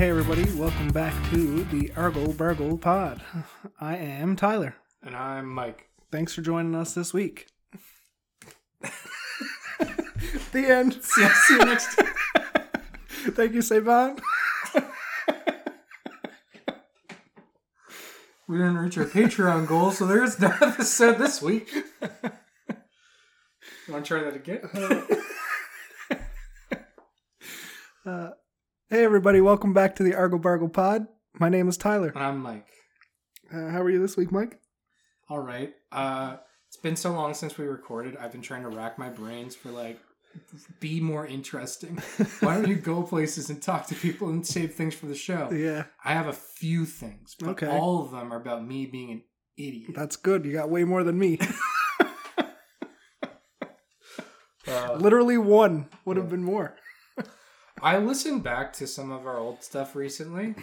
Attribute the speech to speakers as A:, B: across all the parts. A: everybody. Welcome back to the Argle Burgle Pod. I am Tyler.
B: And I'm Mike.
A: Thanks for joining us this week. the end.
B: See, see you next.
A: Thank you, Savon.
B: we didn't reach our Patreon goal, so there is no episode this week. You want to try that again?
A: Uh, hey, everybody. Welcome back to the Argle Burgle Pod. My name is Tyler.
B: and I'm Mike.
A: Uh, how are you this week, Mike?
B: All right. Uh, it's been so long since we recorded. I've been trying to rack my brains for like, be more interesting. Why don't you go places and talk to people and save things for the show?
A: Yeah,
B: I have a few things, but
A: Okay.
B: all of them are about me being an idiot.
A: that's good. You got way more than me.
B: Uh,
A: Literally one would have been more.
B: I listened back to some of our old stuff recently,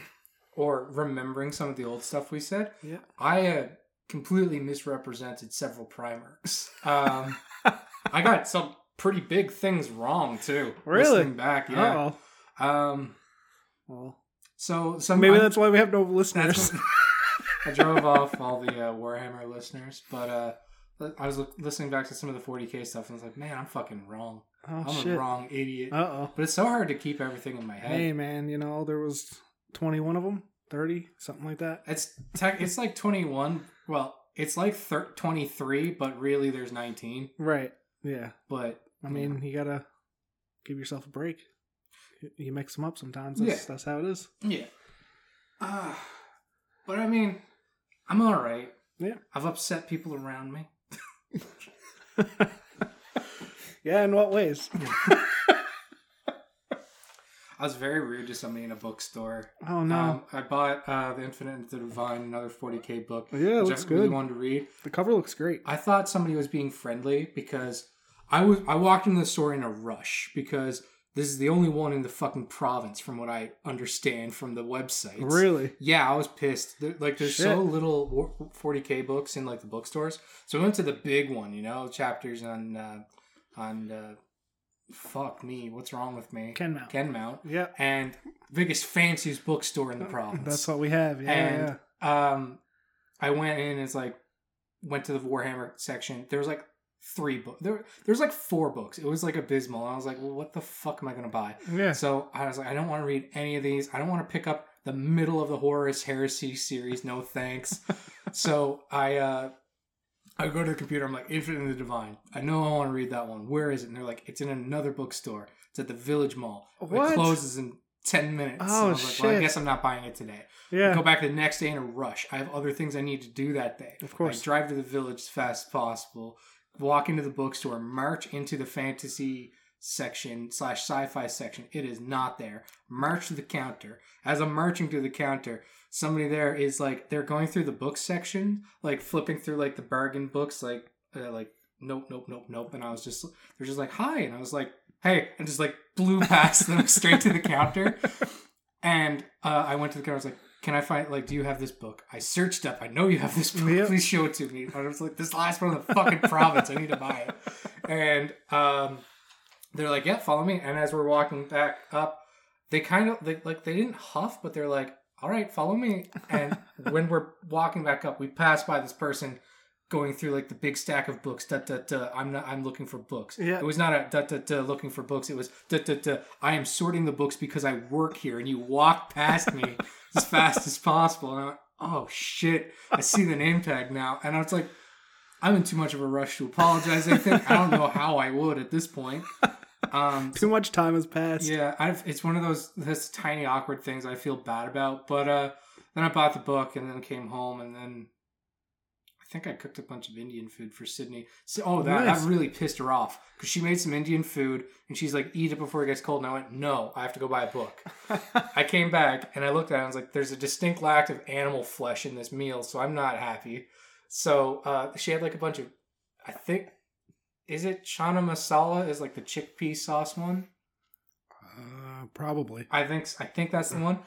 B: or remembering some of the old stuff we said.
A: Yeah.
B: I uh, completely misrepresented several primarchs. Um, I got some pretty big things wrong too.
A: Really?
B: Listening back, yeah.
A: Oh,
B: Um,
A: well,
B: so some
A: maybe
B: I-
A: that's why we have no listeners.
B: I drove off all the uh, Warhammer listeners, but uh, li- I was look- listening back to some of the 40k stuff and I was like, man, I'm fucking wrong.
A: Oh
B: I'm a
A: shit. Uh
B: wrong idiot.
A: oh.
B: but it's so hard to keep everything in my head.
A: Hey man, you know there was twenty-one of them, thirty, something like that.
B: It's tech. It's like 21. Well, it's like thir- 23, but really there's 19.
A: Right. Yeah.
B: But
A: I mean, you gotta give yourself a break. You- You mix them up sometimes. That's,
B: Yeah.
A: that's how it is.
B: yeah. Uh, but I mean, I'm all right.
A: Yeah.
B: I've upset people around me.
A: Yeah. In what ways?
B: I was very rude to somebody in a bookstore.
A: Oh no,
B: Um, I bought uh, The Infinite and the Divine, another 40k book.
A: Yeah, it
B: which
A: looks
B: I really
A: good.
B: wanted to read.
A: the cover looks great.
B: I thought somebody was being friendly because I was I walked into the store in a rush because this is the only one in the fucking province from what I understand from the website.
A: Really?
B: Yeah, I was pissed. There, like there's so
A: Shit.
B: little wa- 40k books in like the bookstores. So I went to the big one, you know, chapters on uh on uh fuck me, what's wrong with me?
A: Ken Mount.
B: Ken Mount
A: Yeah.
B: and biggest fanciest bookstore in the province.
A: That's what we have. Yeah.
B: And um, I went in and it's like went to the Warhammer section. There was like three books. There, there was like four books. It was like abysmal. And I was like, well, what the fuck am I gonna buy?
A: yeah. yeah.
B: So I was like, I don't want to read any of these. I don't want to pick up the middle of the Horus Heresy series. No thanks. so I uh, I go to the computer. I'm like, Infinite and the Divine. I know I want to read that one. Where is it? And they're like, it's in another bookstore. It's at the Village Mall.
A: What?
B: It closes in ten minutes. And
A: Oh,
B: I was like, Well, I
A: shit.
B: guess I'm not buying it today. I
A: yeah.
B: go back the next day in a rush. I have other things I need to do that day.
A: Of course.
B: I drive to the village as fast as possible, walk into the bookstore, march into the fantasy section slash sci-fi section. It is not there. March to the counter. As I'm marching to the counter, somebody there is like they're going through the book section, like flipping through like the bargain books, like uh, like nope, nope, nope, nope. And I was just they're just like hi, and I was like hey, and just like blew past them straight to the counter. And uh, I went to the counter. I was like, "Can I find like Do you have this book?" I searched up. I know you have this book.
A: Yep.
B: Please show it to me. And I was like, "This last one in the fucking province. I need to buy it." And um, they're like, "Yeah, follow me." And as we're walking back up, they kind of they, like they didn't huff, but they're like, "All right, follow me." And when we're walking back up, we pass by this person going through like the big stack of books. Duh, duh, duh. I'm not. I'm looking for books.
A: Yeah.
B: It was not a duh, duh, duh, looking for books. It was duh, duh, duh. I am sorting the books because I work here, and you walk past me as fast as possible. And I went, oh shit! I see the name tag now, and I was like, I'm in too much of a rush to apologize. I think I don't know how I would at this point. Um,
A: Too much time has passed.
B: yeah, I've, it's one of those this tiny awkward things I feel bad about. But uh, then I bought the book and then came home and then I think I cooked a bunch of Indian food for Sydney. So, oh, that,
A: Nice.
B: that really pissed her off because she made some Indian food and she's like, "Eat it before it gets cold." And I went, "No, I have to go buy a book." I came back and I looked at it. and I was like, "There's a distinct lack of animal flesh in this meal, so I'm not happy." So uh, she had like a bunch of, I think. Is it chana masala? Is like the chickpea sauce one?
A: Uh, probably.
B: I think I think that's the one.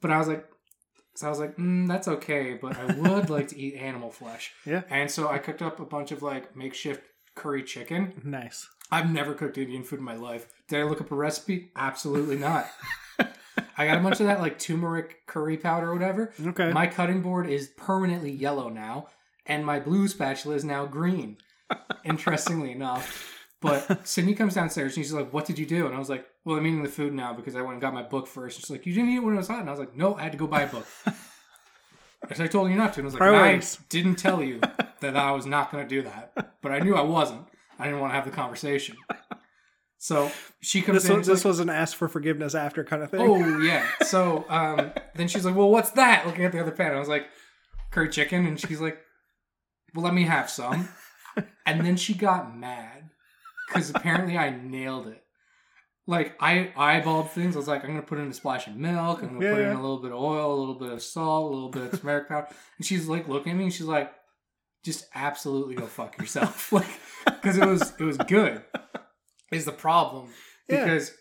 B: But I was like, so I was like, mm, that's okay, but I would like to eat animal flesh.
A: Yeah.
B: And so I cooked up a bunch of like makeshift curry chicken.
A: Nice.
B: I've never cooked Indian food in my life. Did I look up a recipe? Absolutely not. I got a bunch of that like turmeric curry powder or whatever.
A: Okay.
B: My cutting board is permanently yellow now, and my blue spatula is now green. Interestingly enough. But Sydney comes downstairs and she's like, What did you do? And I was like, Well, I'm eating the food now because I went and got my book first. And she's like, You didn't eat it when it was hot. And I was like, No, I had to go buy a book. Because I told you not to. And I was like,
A: Priorities.
B: I didn't tell you that I was not going to do that. But I knew I wasn't. I didn't want to have the conversation. So she comes
A: this
B: in.
A: was,
B: and
A: this
B: like,
A: was an ask for forgiveness after kind of thing.
B: Oh yeah. So um, then she's like, "Well, what's that?" Looking at the other pan, I was like, "Curry chicken," and she's like, "Well, let me have some." And then she got mad because apparently I nailed it. Like I eyeballed things. I was like, "I'm gonna put in a splash of milk. I'm gonna
A: Yeah,
B: put in
A: yeah.
B: a little bit of oil, a little bit of salt, a little bit of turmeric powder." And she's like looking at me, and she's like, "Just absolutely go fuck yourself," like because it was it was good. Is the problem
A: Yeah.
B: because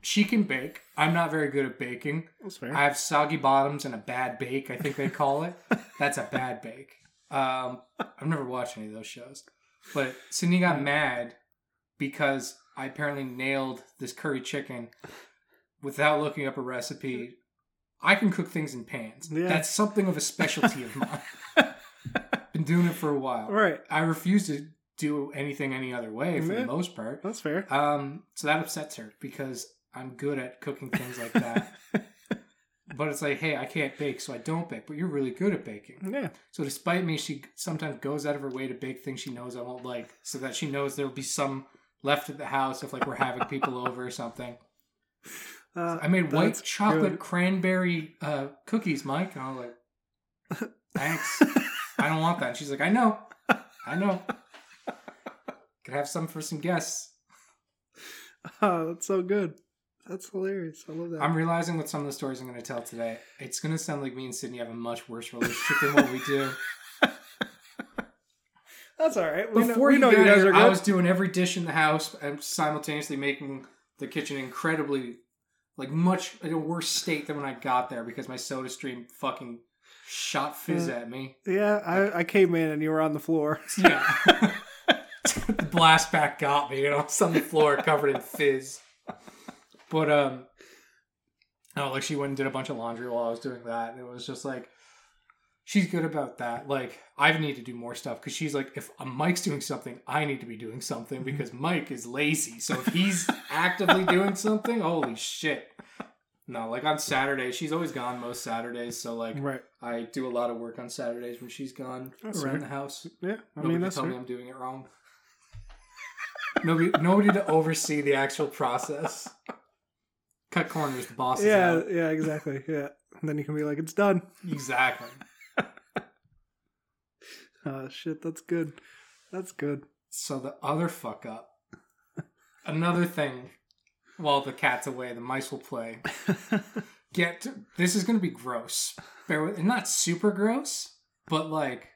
B: she can bake. I'm not very good at baking.
A: That's fair.
B: I have soggy bottoms and a bad bake, I think they call it. That's a bad bake. Um, I've never watched any of those shows. But Sydney got mad because I apparently nailed this curry chicken without looking up a recipe. I can cook things in pans.
A: Yeah.
B: That's something of a specialty of mine. Been doing it for a while.
A: right.
B: I refuse to do anything any other way for
A: Yeah.
B: the most part.
A: That's fair.
B: Um, so that upsets her because I'm good at cooking things like that. but it's like, hey, I can't bake, so I don't bake. But you're really good at baking.
A: Yeah.
B: So despite me, she sometimes goes out of her way to bake things she knows I won't like, so that she knows there will be some left at the house if like we're having people over or something.
A: Uh,
B: I made white
A: that's
B: chocolate
A: good.
B: cranberry uh, cookies, Mike, and I was like, thanks. I don't want that. And she's like, I know, I know. Could have some for some guests.
A: Oh, that's so good. That's hilarious. I love that.
B: I'm realizing with some of the stories I'm going to tell today, it's going to sound like me and Sydney have a much worse relationship than what we do.
A: that's all right. We know,
B: Before
A: we
B: you,
A: know
B: got
A: you guys
B: here,
A: are good.
B: I was doing every dish in the house and simultaneously making the kitchen incredibly, like much in a worse state than when I got there because my Soda Stream fucking shot fizz
A: Yeah.
B: at me.
A: yeah, I, I came in and you were on the floor.
B: Yeah. the blast back got me, and I was on the floor covered in fizz. But um no, like she went and did a bunch of laundry while I was doing that, and it was just like she's good about that. Like I need to do more stuff because she's like, if uh, Mike's doing something, I need to be doing something
A: Mm-hmm.
B: because Mike is lazy. So if he's actively doing something, holy shit. No, like on Saturday, she's always gone most Saturdays, so like
A: Right.
B: I do a lot of work on Saturdays when she's gone
A: That's
B: around
A: fair.
B: the house.
A: Yeah. I
B: Nobody
A: mean,
B: to
A: that's
B: tell me
A: fair.
B: I'm doing it wrong. nobody, nobody to oversee the actual process. Cut corners, the boss.
A: Yeah.
B: is out.
A: Yeah. Exactly. Yeah. And then you can be like, it's done.
B: exactly.
A: Oh shit. That's good. That's good.
B: So the other fuck up, another thing. While the cat's away, the mice will play. Get this is going to be gross. Bear with, not super gross, but like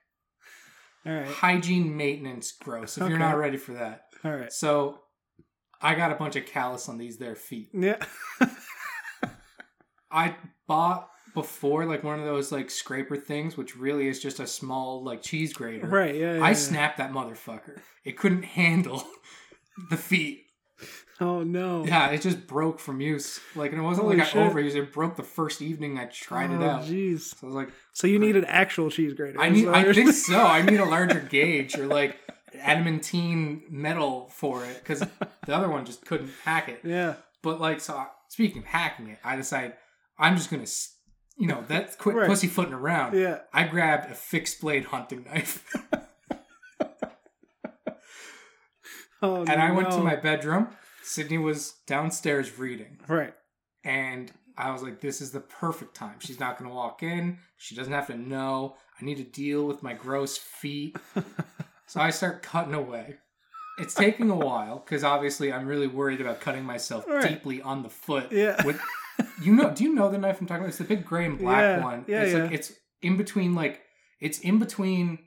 A: All right.
B: hygiene maintenance gross. If
A: Okay.
B: you're not ready for that,
A: All right.
B: so I got a bunch of callus on these their feet.
A: Yeah.
B: I bought before like one of those like scraper things, which really is just a small like cheese grater.
A: Right. Yeah. yeah,
B: I
A: yeah.
B: snapped that motherfucker. It couldn't handle the feet.
A: Oh no.
B: Yeah, it just broke from use. Like and it wasn't
A: Holy
B: like I
A: shit.
B: overused it. It broke the first evening I tried it
A: Oh,
B: out.
A: Jeez.
B: So I was like,
A: So you need an actual cheese grater.
B: I
A: is
B: need.
A: what
B: I
A: you're
B: think
A: saying.
B: so. I need a larger gauge or like adamantine metal for it because the other one just couldn't hack it.
A: Yeah.
B: But like, so I- speaking of hacking it, I decide I'm just gonna, s- you know, that's quit
A: Right.
B: pussyfooting around.
A: Yeah.
B: I grabbed a fixed blade hunting knife
A: Oh
B: and I went to
A: no.
B: my bedroom. Sydney was downstairs reading,
A: Right.
B: and I was like, "This is the perfect time. She's not gonna walk in. She doesn't have to know. I need to deal with my gross feet." so I start cutting away. It's taking a while because obviously I'm really worried about cutting myself
A: Right.
B: deeply on the foot.
A: Yeah.
B: with you know do you know the knife i'm talking about it's the big gray and black
A: Yeah,
B: one
A: yeah,
B: it's
A: yeah.
B: like it's in between like it's in between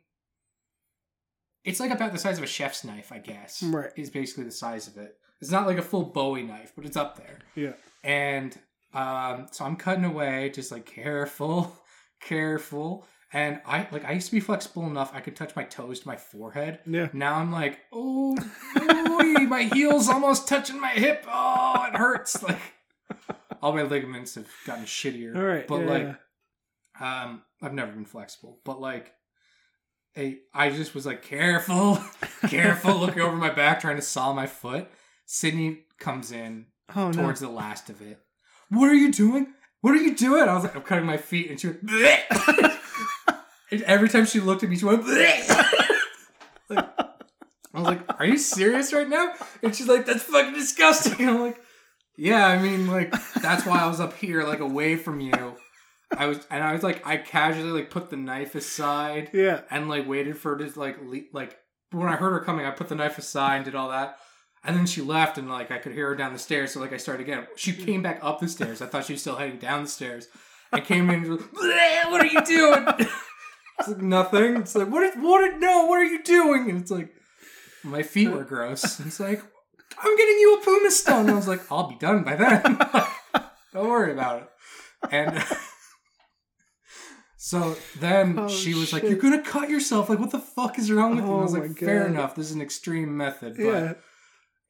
B: it's like about the size of a chef's knife i guess
A: Right.
B: is basically the size of it it's not like a full bowie knife but it's up there
A: Yeah.
B: and um so i'm cutting away just like careful careful and i like i used to be flexible enough i could touch my toes to my forehead
A: Yeah.
B: now I'm like, oh, ooey, my heel's almost touching my hip. Oh, it hurts. Like, all my ligaments have gotten shittier.
A: All right.
B: But
A: yeah,
B: like um I've never been flexible. But like I I just was like careful, careful looking over my back trying to saw my foot. Sydney comes in
A: oh no.
B: towards the last of it. What are you doing? What are you doing? I was like, I'm cutting my feet, and she went. Bleh! and every time she looked at me, she went. Bleh! like, I was like, Are you serious right now? And she's like, That's fucking disgusting. And I'm like, Yeah, I mean, like that's why I was up here, like away from you. I was, and I was like, I casually like put the knife aside
A: Yeah.
B: and like waited for her to like le- like when I heard her coming, I put the knife aside and did all that, and then she left, and like I could hear her down the stairs, so like I started again. She
A: Mm.
B: came back up the stairs. I thought she was still heading down the stairs. I came in, and was like, "Bleh, what are you doing? it's like nothing. It's like what? Is, what? Is, no, what are you doing? And it's like my feet were gross. It's like I'm getting you a pumice stone. I was like, I'll be done by then. Don't worry about it. And so then
A: Oh,
B: she was like,
A: shit.
B: "You're gonna cut yourself. Like, what the fuck is wrong with you?" And I was
A: Oh,
B: like,
A: my
B: "Fair
A: God.
B: enough. This is an extreme method, but
A: Yeah.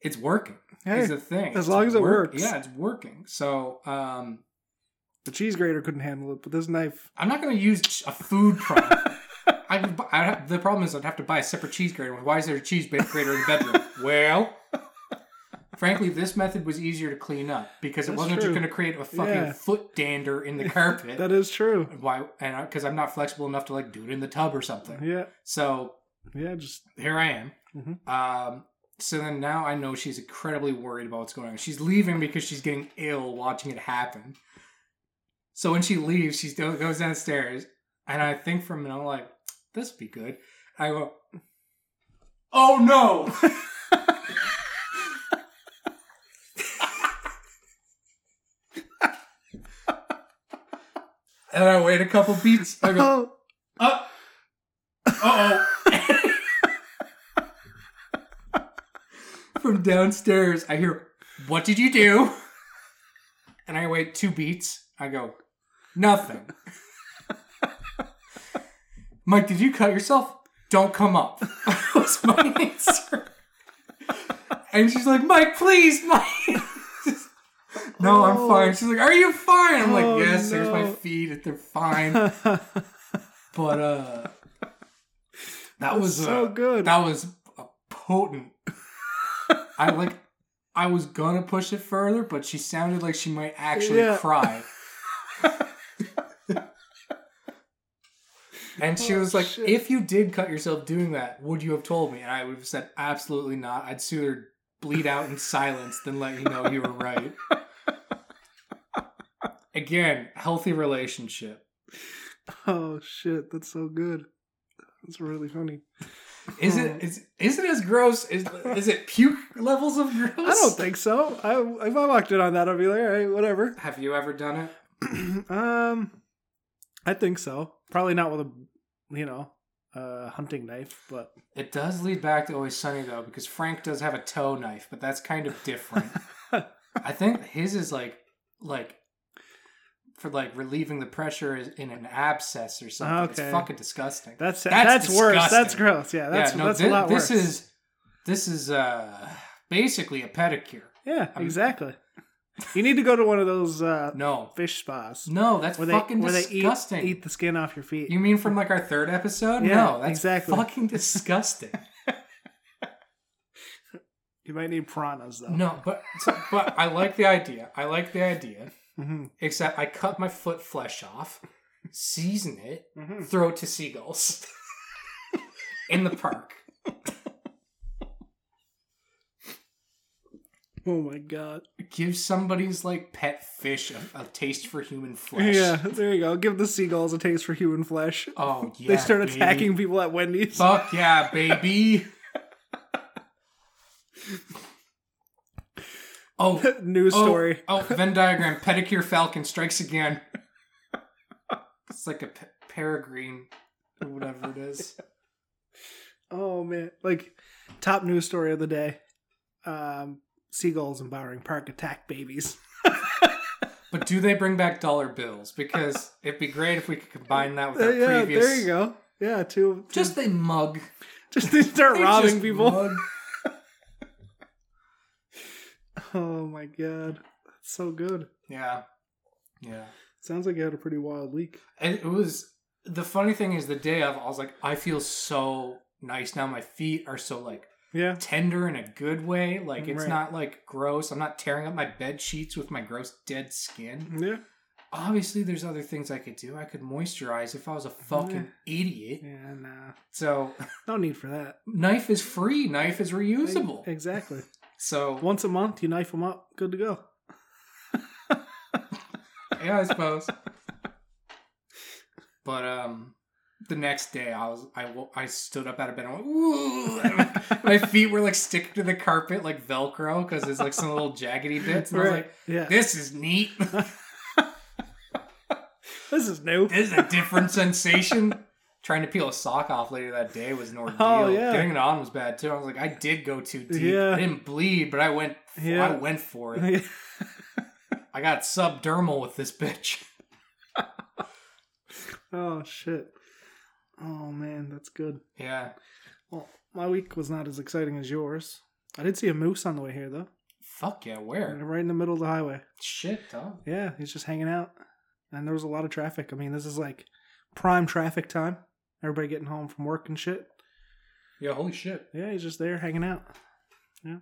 B: it's working.
A: Hey,
B: Is the thing.
A: as long as it works.
B: Yeah, it's working. So um,
A: the cheese grater couldn't handle it, but this knife.
B: I'm not gonna use a food product. I, would bu- I have, the problem is I'd have to buy a separate cheese grater. Why is there a cheese ba- grater in the bedroom? well, frankly, this method was easier to clean up because it
A: That's
B: wasn't
A: true.
B: just going to create a fucking
A: Yeah.
B: foot dander in the carpet.
A: That is true.
B: Why? And because I'm not flexible enough to like do it in the tub or something.
A: Yeah.
B: So
A: Yeah. Just
B: here I am.
A: Mhm.
B: Um, so then now I know she's incredibly worried about what's going on. She's leaving because she's getting ill watching it happen. So when she leaves, she still goes downstairs, and I think for a minute, I'm like, this would be good. I go, oh no! and I wait a couple beats. I go,
A: oh,
B: uh oh. From downstairs, I hear, What did you do? And I wait two beats. I go, Nothing. Mike, did you cut yourself? Don't come up. was my answer. And she's like, Mike, please, Mike. no, I'm
A: Oh.
B: fine. She's like, Are you fine? I'm
A: Oh,
B: like, Yes, there's my
A: no.
B: feet. They're fine but uh that was
A: so
B: uh,
A: good.
B: that was a potent i like i was gonna push it further but she sounded like she might actually
A: Yeah.
B: cry and she
A: Oh,
B: was like
A: shit.
B: if you did cut yourself doing that would you have told me and i would have said absolutely not i'd sooner bleed out in silence than let you know you were right again healthy relationship
A: oh shit, that's so good. That's really funny.
B: Is it is is it as gross? Is is it puke levels of gross?
A: I don't think so. I if I walked in on that, I'd be like, all right, whatever.
B: Have you ever done it?
A: um, I think so. Probably not with a, you know, uh, hunting knife, but
B: It does lead back to Always Sunny though, because Frank does have a toe knife, but that's kind of different. I think his is like like for like relieving the pressure is in an abscess or something.
A: Okay.
B: It's fucking disgusting.
A: that's
B: That's
A: that's, worse.
B: disgusting.
A: That's gross. Yeah, that's
B: yeah, no,
A: that's
B: thi-
A: a lot worse.
B: this is this is uh basically a pedicure.
A: yeah,
B: I mean-
A: exactly. You need to go to one of those uh,
B: No.
A: fish spas
B: No, that's
A: where they
B: fucking
A: where they eat,
B: disgusting.
A: eat the skin off your feet.
B: You mean from like our third episode?
A: Yeah,
B: no, that's
A: exactly.
B: fucking disgusting.
A: You might need piranhas though.
B: no, but but I like the idea. I like the idea.
A: hmm
B: Except I cut my foot flesh off, season it,
A: hmm
B: throw it to seagulls in the park.
A: Oh my god.
B: Give somebody's like pet fish a, a taste for human flesh.
A: Yeah, there you go. Give the seagulls a taste for human flesh.
B: Oh yeah.
A: they start
B: baby.
A: attacking people at Wendy's.
B: Fuck yeah, baby. oh,
A: News
B: Oh,
A: story.
B: Oh, Venn diagram. Pedicure Falcon strikes again. It's like a pe- peregrine or whatever it is.
A: Oh man, like top news story of the day: um, seagulls in Bowering Park attack babies.
B: But do they bring back dollar bills? Because it'd be great if we could combine that with
A: Uh,
B: our
A: yeah,
B: previous.
A: there you go. Yeah, two.
B: Just they mug.
A: just they start
B: They
A: robbing
B: just
A: people.
B: mug.
A: Oh my god, so good.
B: Yeah. Yeah.
A: Sounds like you had a pretty wild week.
B: And it was the funny thing is the day of I was like, I feel so nice now. My feet are so like
A: Yeah.
B: tender in a good way. Like it's
A: Right.
B: not like gross. I'm not tearing up my bed sheets with my gross dead skin.
A: Yeah.
B: Obviously there's other things I could do. I could moisturize if I was a fucking idiot.
A: Yeah, nah.
B: So
A: uh, No need for that.
B: knife is free, knife is reusable.
A: Exactly.
B: So
A: Once a month, you knife them up. Good to go.
B: yeah, I suppose. But um the next day I was I wo- I stood up out of bed and went, Ooh, and my my feet were like sticking to the carpet like velcro because there's like some little jaggedy bits and i was
A: Right.
B: like
A: Yeah.
B: this is neat
A: This is new.
B: this is a different sensation trying to peel a sock off later that day was an ordeal
A: Oh, yeah.
B: getting it on was bad too i was like i did go too deep
A: Yeah.
B: i didn't bleed but i went
A: Yeah.
B: i went for it i got subdermal with this bitch
A: oh shit. Oh man, that's good.
B: yeah
A: Well, my week was not as exciting as yours. I did see a moose on the way here though.
B: fuck yeah where
A: Right in the middle of the highway.
B: shit dog
A: Yeah, he's just hanging out. And there was a lot of traffic. I mean, this is like prime traffic time. Everybody getting home from work and shit.
B: yeah holy shit
A: Yeah, he's just there hanging out. Yeah.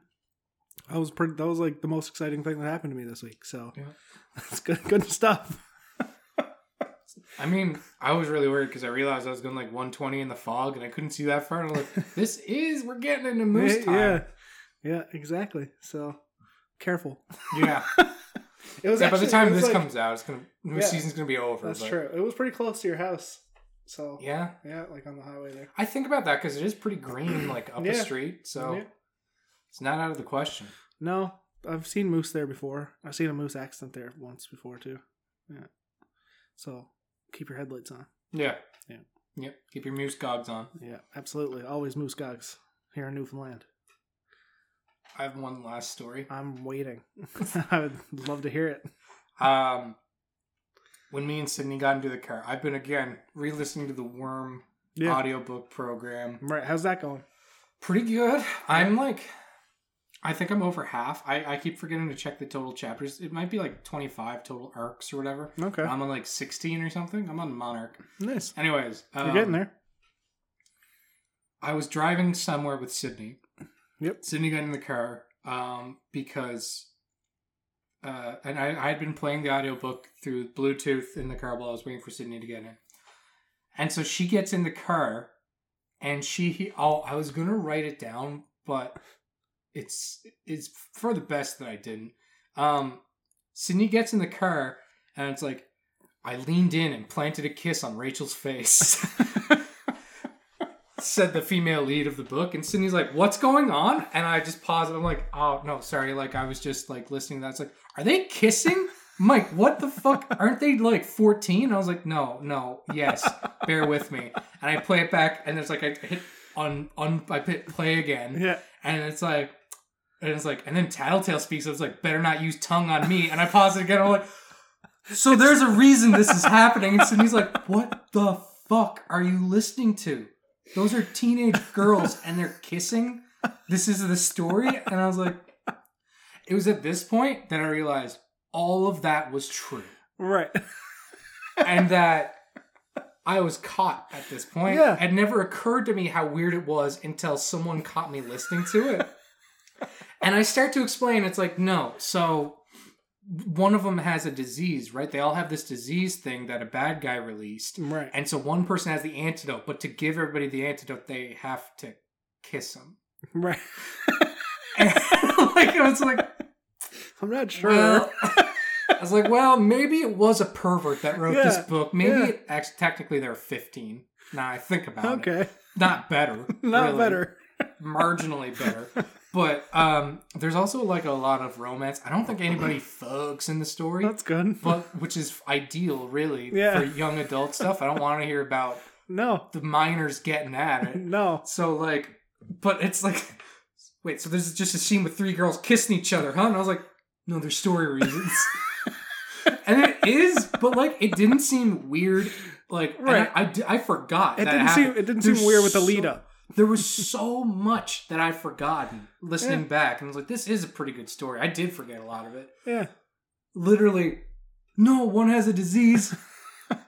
A: That was pretty that was like the most exciting thing that happened to me this week. So
B: Yeah.
A: that's good good stuff.
B: I mean, I was really worried because I realized I was going like 120 in the fog and I couldn't see that far. And I'm like, this is, we're getting into moose
A: yeah, yeah.
B: time.
A: Yeah, exactly. So careful.
B: Yeah.
A: It was
B: yeah by
A: actually,
B: the time
A: it was like-
B: this comes out, it's going to, moose
A: Yeah.
B: season's going to be over.
A: That's
B: but-
A: true. It was pretty close to your house. So yeah,
B: Yeah.
A: like on the highway there.
B: I think about that because it is pretty green, like up the
A: Yeah.
B: street. So
A: Yeah.
B: it's not out of the question.
A: No, I've seen moose there before. I've seen a moose accident there once before too. Yeah. So keep your headlights on.
B: Yeah.
A: Yeah.
B: Yep. Keep your moose gogs on.
A: Yeah, absolutely. Always moose gogs here in Newfoundland.
B: I have one last story.
A: I'm waiting. I would love to hear it.
B: Um, when me and Sydney got into the car, I've been again re listening to the Worm
A: Yeah.
B: audiobook program.
A: Right. How's that going?
B: pretty good i'm like i think i'm over half I, I keep forgetting to check the total chapters it might be like 25 total arcs or whatever
A: Okay.
B: i'm on like 16 or something i'm on monarch
A: nice.
B: anyways um,
A: You're getting there.
B: i was driving somewhere with sydney
A: Yep.
B: sydney got in the car um, because uh, and I, I had been playing the audiobook through bluetooth in the car while i was waiting for sydney to get in and so she gets in the car and she he, oh i was gonna write it down but it's it's for the best that i didn't um sydney gets in the car and it's like i leaned in and planted a kiss on rachel's face said the female lead of the book and sydney's like what's going on and i just paused and i'm like oh no sorry like i was just like listening to that it's like are they kissing mike what the fuck aren't they like 14 i was like no no yes bear with me and i play it back and there's like i hit on on i hit play again
A: Yeah.
B: and it's like, and it's like, and then Tattletale speaks. I was like, better not use tongue on me. And I pause it again. I'm like, so there's a reason this is happening. And Sydney's like, what the fuck are you listening to? Those are teenage girls and they're kissing. This is the story. And I was like, it was at this point that I realized all of that was true
A: Right.
B: and that I was caught at this point.
A: Yeah.
B: It never occurred to me how weird it was until someone caught me listening to it. and I start to explain, it's like, no, so one of them has a disease, right? They all have this disease thing that a bad guy released.
A: Right.
B: And so one person has the antidote, but to give everybody the antidote, they have to kiss him.
A: Right.
B: And like, I was like,
A: I'm not sure.
B: well, I was like, well, maybe it was a pervert that wrote this
A: Yeah,
B: book. Maybe
A: yeah.
B: it, actually, technically they're 15. Now I think about it.
A: okay.
B: Not better.
A: Not
B: really.
A: better.
B: Marginally better. But um, there's also like a lot of romance. I don't think anybody thugs in the story,
A: That's good.
B: but which is ideal, really,
A: Yeah.
B: for young adult stuff. I don't want to hear about
A: No.
B: the minors getting at it.
A: No.
B: So like, but it's like, wait. So there's just a scene with three girls kissing each other, huh? And I was like, no, there's story reasons. and it is, but like, it didn't seem weird. Like, and
A: Right.
B: I, I di- I forgot.
A: It
B: that
A: didn't
B: happened.
A: seem it didn't
B: There's
A: seem weird with the
B: so-
A: lead up.
B: There was so much that I'd forgotten listening
A: Yeah.
B: back, and I was like, this is a pretty good story. I did forget a lot of it,
A: Yeah.
B: literally, no, one has a disease.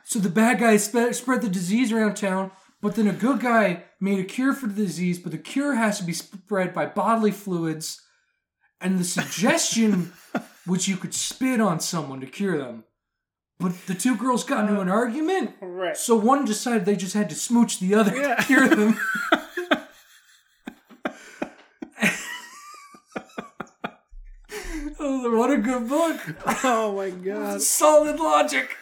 B: so the bad guy spe- spread the disease around town, but then a good guy made a cure for the disease, but the cure has to be spread by bodily fluids. And the suggestion was you could spit on someone to cure them. But the two girls got into an argument,
A: Right.
B: so one decided they just had to smooch the other
A: Yeah.
B: to cure them. oh, what a good book!
A: Oh my god.
B: Uh, Solid logic.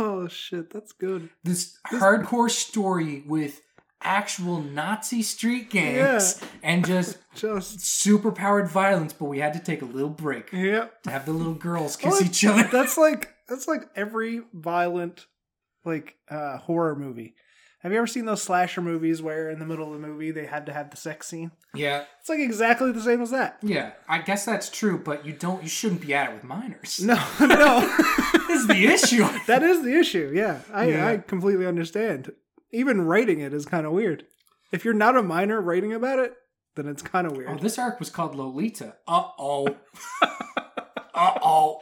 A: Oh shit, that's good.
B: This hardcore story with actual Nazi street gangs and just
A: Just
B: super powered violence, but we had to take a little break to
A: yeah.
B: have the little girls kiss
A: Well,
B: each other.
A: That's like that's like every violent like uh horror movie. Have you ever seen those slasher movies where in the middle of the movie they had to have the sex scene?
B: Yeah,
A: It's like exactly the same as that.
B: yeah. I guess that's true, but you don't. You shouldn't be at it with minors.
A: No, no.
B: This is the issue.
A: that is the issue. Yeah. I
B: Yeah.
A: I completely understand. Even writing it is kind of weird. If you're not a minor writing about it, then it's kind of
B: Oh,
A: weird.
B: this arc was called Lolita. Uh oh. uh oh.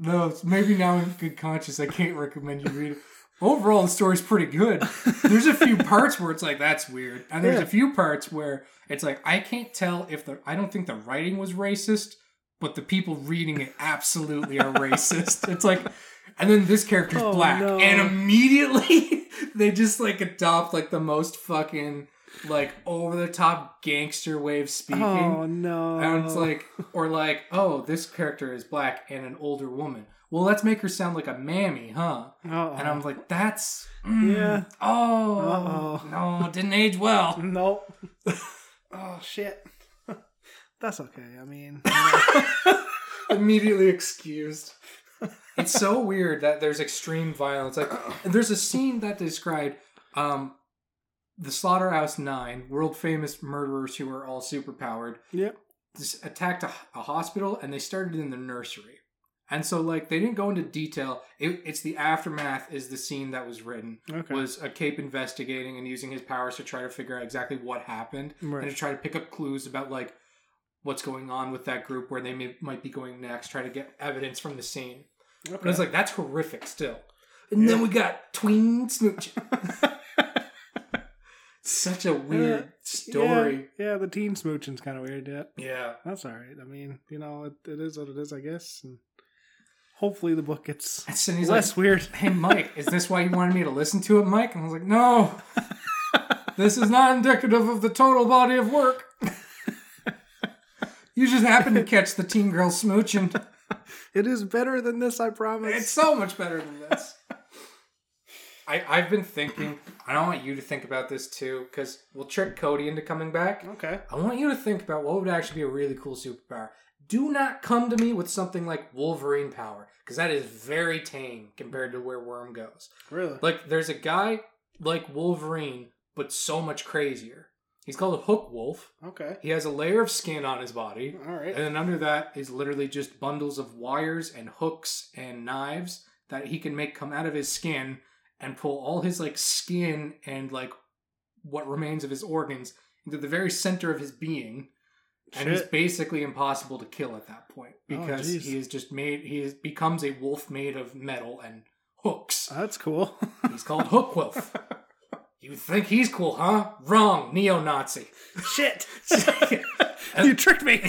B: No, it's- maybe now in good conscience, I can't recommend you read it. Overall, the story's pretty good. There's a few parts where it's like that's weird, and there's
A: Yeah.
B: a few parts where it's like I can't tell if the I don't think the writing was racist, but the people reading it absolutely are racist. It's like, and then this character's
A: Oh,
B: black,
A: no.
B: and immediately they just like adopt like the most fucking like over the top gangster way of speaking.
A: Oh no.
B: And it's like, or like, oh, this character is black and an older woman. Well, let's make her sound like a mammy, huh?
A: Uh-oh.
B: And I'm like, that's mm,
A: Uh-huh. Yeah.
B: Oh
A: Uh-oh.
B: no, it didn't age well.
A: No. oh shit. That's okay. I mean,
B: Immediately excused. It's so weird that there's extreme violence. Like, and there's a scene that described um, the Slaughterhouse Nine, world famous murderers who are all superpowered.
A: yep.
B: this attacked a, a hospital and they started in the nursery and so like they didn't go into detail it, it's the aftermath is the scene that was written
A: Okay.
B: was a cape investigating and using his powers to try to figure out exactly what happened
A: Right.
B: and to try to pick up clues about like what's going on with that group where they may, might be going next try to get evidence from the scene but it's like that's horrific still and then
A: Yeah.
B: we got tween smooch such a weird story
A: Yeah, yeah, the teen smooching's kind of weird. Yeah,
B: yeah.
A: that's all right. I mean, you know, it, it is what it is, I guess. And hopefully, the book gets
B: And Cindy's like,
A: less weird.
B: hey mike is this why you wanted me to listen to it mike and i was like no this is not indicative of the total body of work you just happened to catch the teen girl smooching
A: It is better than this, I promise.
B: it's so much better than this I, i've been thinking i don't want you to think about this too because we'll trick cody into coming back
A: okay.
B: I want you to think about what would actually be a really cool superpower. Do not come to me with something like Wolverine power, because that is very tame compared to where Worm goes.
A: Really?
B: Like, there's a guy like Wolverine, but so much crazier. He's called a hook wolf.
A: okay.
B: He has a layer of skin on his body,
A: All right.
B: and then under that is literally just bundles of wires and hooks and knives that he can make come out of his skin and pull all his like skin and like what remains of his organs into the very center of his being. And he's
A: Shit. Oh,
B: basically impossible to kill at that point because
A: jeez.
B: he is just made he is, becomes a wolf made of metal and hooks.
A: That's cool.
B: He's called Hook Wolf. You think he's cool, huh? Wrong, neo Nazi.
A: Shit. you tricked me.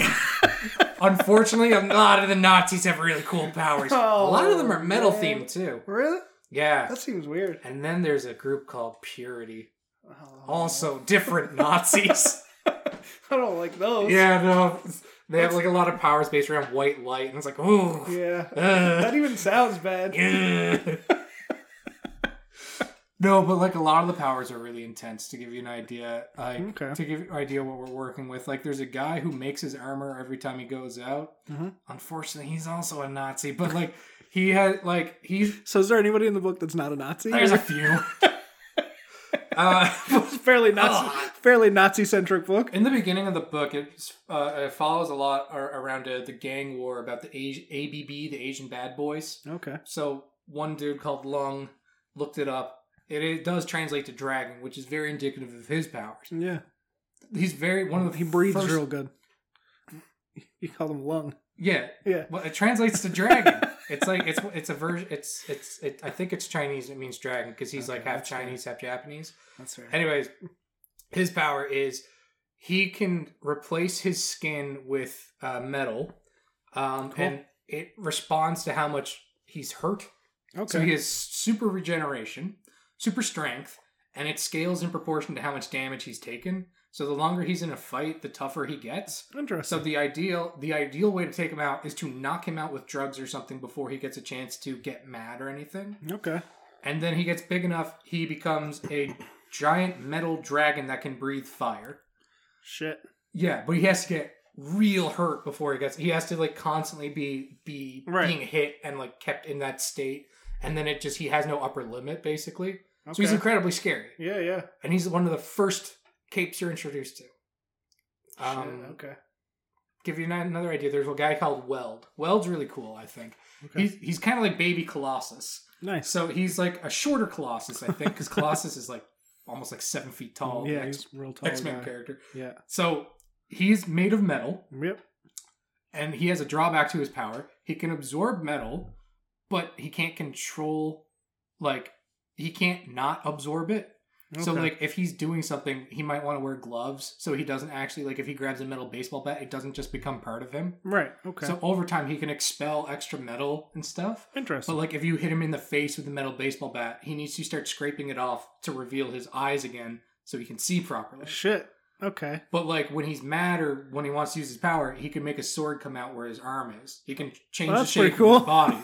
B: Unfortunately, a lot of the Nazis have really cool powers. a lot of them are
A: Oh,
B: metal
A: man.
B: themed, too.
A: really?
B: Yeah.
A: That seems weird.
B: And then there's a group called Purity.
A: Oh,
B: Also, different Nazis.
A: I don't like those.
B: yeah, no. They have like a lot of powers based around white light, and it's like, ooh.
A: Yeah.
B: uh.
A: That even sounds bad.
B: no, but like a lot of the powers are really intense. To give you an idea, like
A: Okay.
B: to give you an idea what we're working with, like there's a guy who makes his armor every time he goes out.
A: Mhm.
B: Unfortunately, he's also a Nazi, but like he had like he's
A: So, is there anybody in the book that's not a Nazi?
B: there's a few. uh,
A: It's fairly Nazi,
B: Ugh.
A: fairly Nazi centric book.
B: in the beginning of the book, it, uh, it follows a lot ar- around uh, the gang war about the Asi- ABB, the Asian Bad Boys.
A: Okay.
B: So one dude called Lung looked it up. It, it does translate to dragon, which is very indicative of his powers.
A: Yeah.
B: He's very one of the
A: He breathes
B: first-
A: real good. You call him lung.
B: Yeah,
A: Yeah.
B: well, it translates to dragon. it's like it's it's a version. It's it's it, I think it's Chinese. It means dragon because he's
A: Okay,
B: like half
A: that's fair.
B: Chinese, half Japanese.
A: That's fair.
B: Anyways, his power is he can replace his skin with uh, metal, um,
A: Cool.
B: and it responds to how much he's hurt.
A: Okay.
B: So he has super regeneration, super strength, and it scales in proportion to how much damage he's taken. So the longer he's in a fight, the tougher he gets. So
A: Interesting.
B: the ideal the ideal way to take him out is to knock him out with drugs or something before he gets a chance to get mad or anything.
A: okay.
B: And then he gets big enough, he becomes a giant metal dragon that can breathe fire.
A: Shit.
B: Yeah, but he has to get real hurt before he gets he has to like constantly be be
A: Right.
B: being hit and like kept in that state and then it just he has no upper limit basically. So
A: Okay.
B: he's incredibly scary.
A: yeah, yeah.
B: And he's one of the first capes you're introduced to. Um,
A: Shit. Okay.
B: give you an- another idea. There's a guy called Weld. Weld's really cool, I think.
A: Okay.
B: He's he's kind of like baby Colossus.
A: nice.
B: So he's like a shorter Colossus, I think, because Colossus is like almost like seven feet tall.
A: yeah,
B: X
A: he's a real tall.
B: X Men
A: guy.
B: character.
A: Yeah.
B: So he's made of metal,
A: Yep.
B: and he has a drawback to his power. He can absorb metal, but he can't control. Like he can't not absorb it. So
A: Okay.
B: like if he's doing something, he might want to wear gloves so he doesn't actually like if he grabs a metal baseball bat, it doesn't just become part of him.
A: right. Okay.
B: So over time, he can expel extra metal and stuff. But
A: Interesting.
B: like, if you hit him in the face with a metal baseball bat, he needs to start scraping it off to reveal his eyes again, so he can see properly.
A: Shit. Okay.
B: But like, when he's mad or when he wants to use his power, he can make a sword come out where his arm is. He can change
A: Well,
B: the
A: that's pretty
B: shape of
A: cool.
B: his body.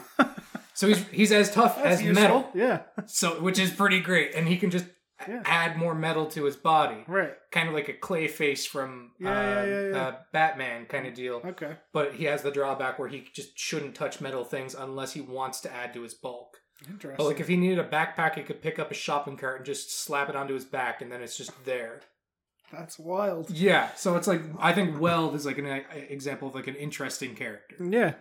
B: so he's he's as tough as metal.
A: Yeah.
B: So which is pretty great, and he can just
A: Yeah.
B: add more metal to his body,
A: Right.
B: kind of like a clay face from
A: Yeah,
B: uh,
A: yeah, yeah, yeah.
B: Uh, Batman kind of deal
A: Okay.
B: but he has the drawback where he just shouldn't touch metal things unless he wants to add to his bulk.
A: Interesting.
B: But like if he needed a backpack, he could pick up a shopping cart and just slap it onto his back, and then it's just there.
A: That's wild.
B: Yeah, so it's like I think Weld is like an uh, example of like an interesting character,
A: Yeah.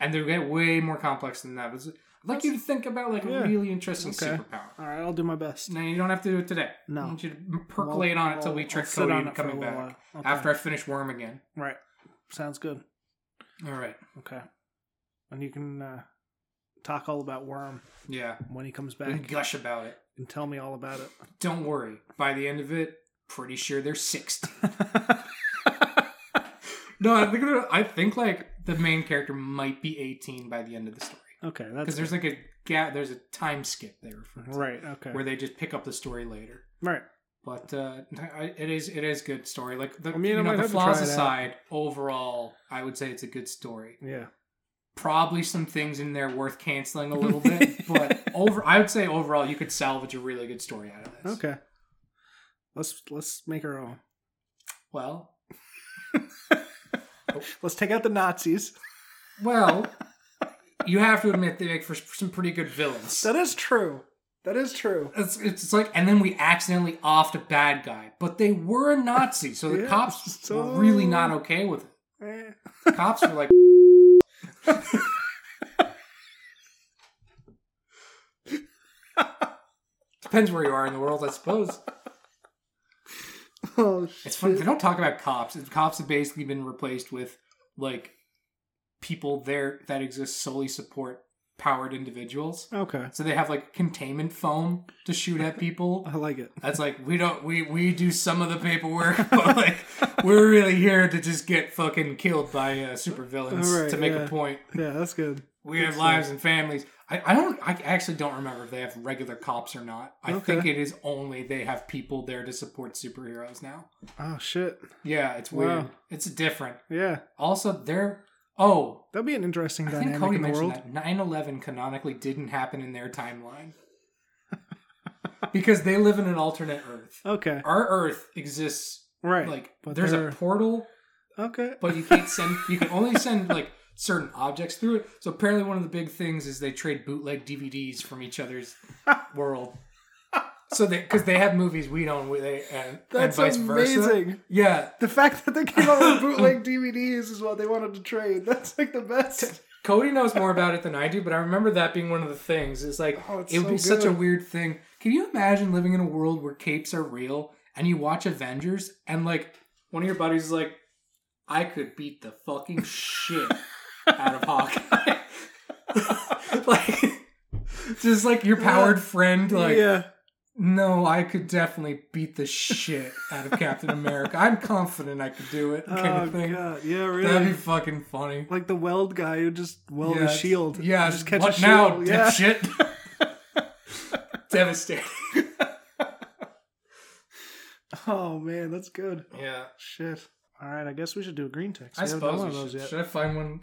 B: and they get way more complex than that. But I'd like you to think about like
A: Yeah.
B: a really interesting
A: Okay.
B: superpower.
A: All right. I'll do my best.
B: Now you don't have to do it today.
A: No.
B: I want you to percolate on it till we
A: I'll
B: trick
A: sit
B: Cody
A: on
B: into
A: it for a
B: coming
A: little
B: back
A: while. Okay.
B: after I finish Worm again.
A: Right. Sounds good.
B: All right.
A: Okay. And you can uh, talk all about Worm
B: Yeah.
A: when he comes
B: We can
A: back
B: gush about it.
A: and tell me all about it.
B: Don't worry. By the end of it, pretty sure they're 60. no, I think they're, I think like the main character might be 18 by the end of the story
A: Okay.
B: because
A: That's
B: there's like a gap. There's a time skip they refer to
A: right. Okay.
B: where they just pick up the story later.
A: Right.
B: But uh, I- it is it is good story. Like the,
A: I mean, I
B: you know,
A: might
B: the
A: have to try
B: flaws
A: it out.
B: aside, overall, I would say it's a good story.
A: Yeah.
B: Probably some things in there worth canceling a little bit, but over I would say overall you could salvage a really good story out of this.
A: Okay. Let's let's make our own.
B: Well,
A: Let's take out the Nazis.
B: Well, you have to admit they make for some pretty good villains.
A: That is true. That is true.
B: It's, it's like, and then we accidentally offed a bad guy, but they were a Nazi, so the
A: Yeah,
B: cops
A: so-
B: were really not okay with it.
A: Eh.
B: The cops were like, depends where you are in the world, I suppose.
A: Oh shit.
B: It's funny they don't talk about cops. Cops have basically been replaced with like people there that exist solely support powered individuals.
A: Okay.
B: So they have like containment foam to shoot at people.
A: I like it.
B: That's like we don't we we do some of the paperwork, but like we're really here to just get fucking killed by uh, supervillains
A: Alright,
B: to make
A: yeah.
B: a point.
A: Yeah, that's good.
B: We have lives and families. I, I don't I actually don't remember if they have regular cops or not. I
A: Okay.
B: think it is only they have people there to support superheroes now.
A: Oh shit.
B: Yeah, it's
A: Wow.
B: weird. It's different.
A: Yeah.
B: Also, they're oh,
A: That'd be an interesting
B: I think
A: dynamic
B: Cody
A: in the world.
B: mentioned that 9/11 canonically didn't happen in their timeline because they live in an alternate Earth.
A: Okay.
B: Our Earth exists
A: Right.
B: like
A: but
B: there's
A: they're-
B: a portal,
A: okay.
B: but you can't send. you can only send like certain objects through it. So apparently, one of the big things is they trade bootleg DVDs from each other's world. So they because they have movies we don't, we- they and,
A: That's
B: and vice
A: amazing.
B: versa. Yeah,
A: The fact that they came out with bootleg DVDs is what they wanted to trade. That's like the best.
B: Cody knows more about it than I do, but I remember that being one of the things. It's like
A: Oh, it's
B: it would be
A: so
B: such a
A: good.
B: weird thing. Can you imagine living in a world where capes are real and you watch Avengers, and like one of your buddies is like, I could beat the fucking shit out of Hawkeye. like, just like your powered friend, like,
A: yeah.
B: no, I could definitely beat the shit out of Captain America. I'm confident I could do it. Kind
A: Oh
B: of thing.
A: god. Yeah,
B: That'd
A: really.
B: be fucking funny.
A: like the weld guy who just weld
B: Yeah.
A: a shield.
B: Yeah,
A: just catch
B: what
A: a
B: now,
A: shield. Yeah.
B: dipshit? Devastating.
A: Oh man, that's good.
B: Yeah.
A: Shit. All right, I guess we should do a green text.
B: I
A: We haven't done
B: suppose
A: one
B: we
A: of those
B: should,
A: yet.
B: should I find one?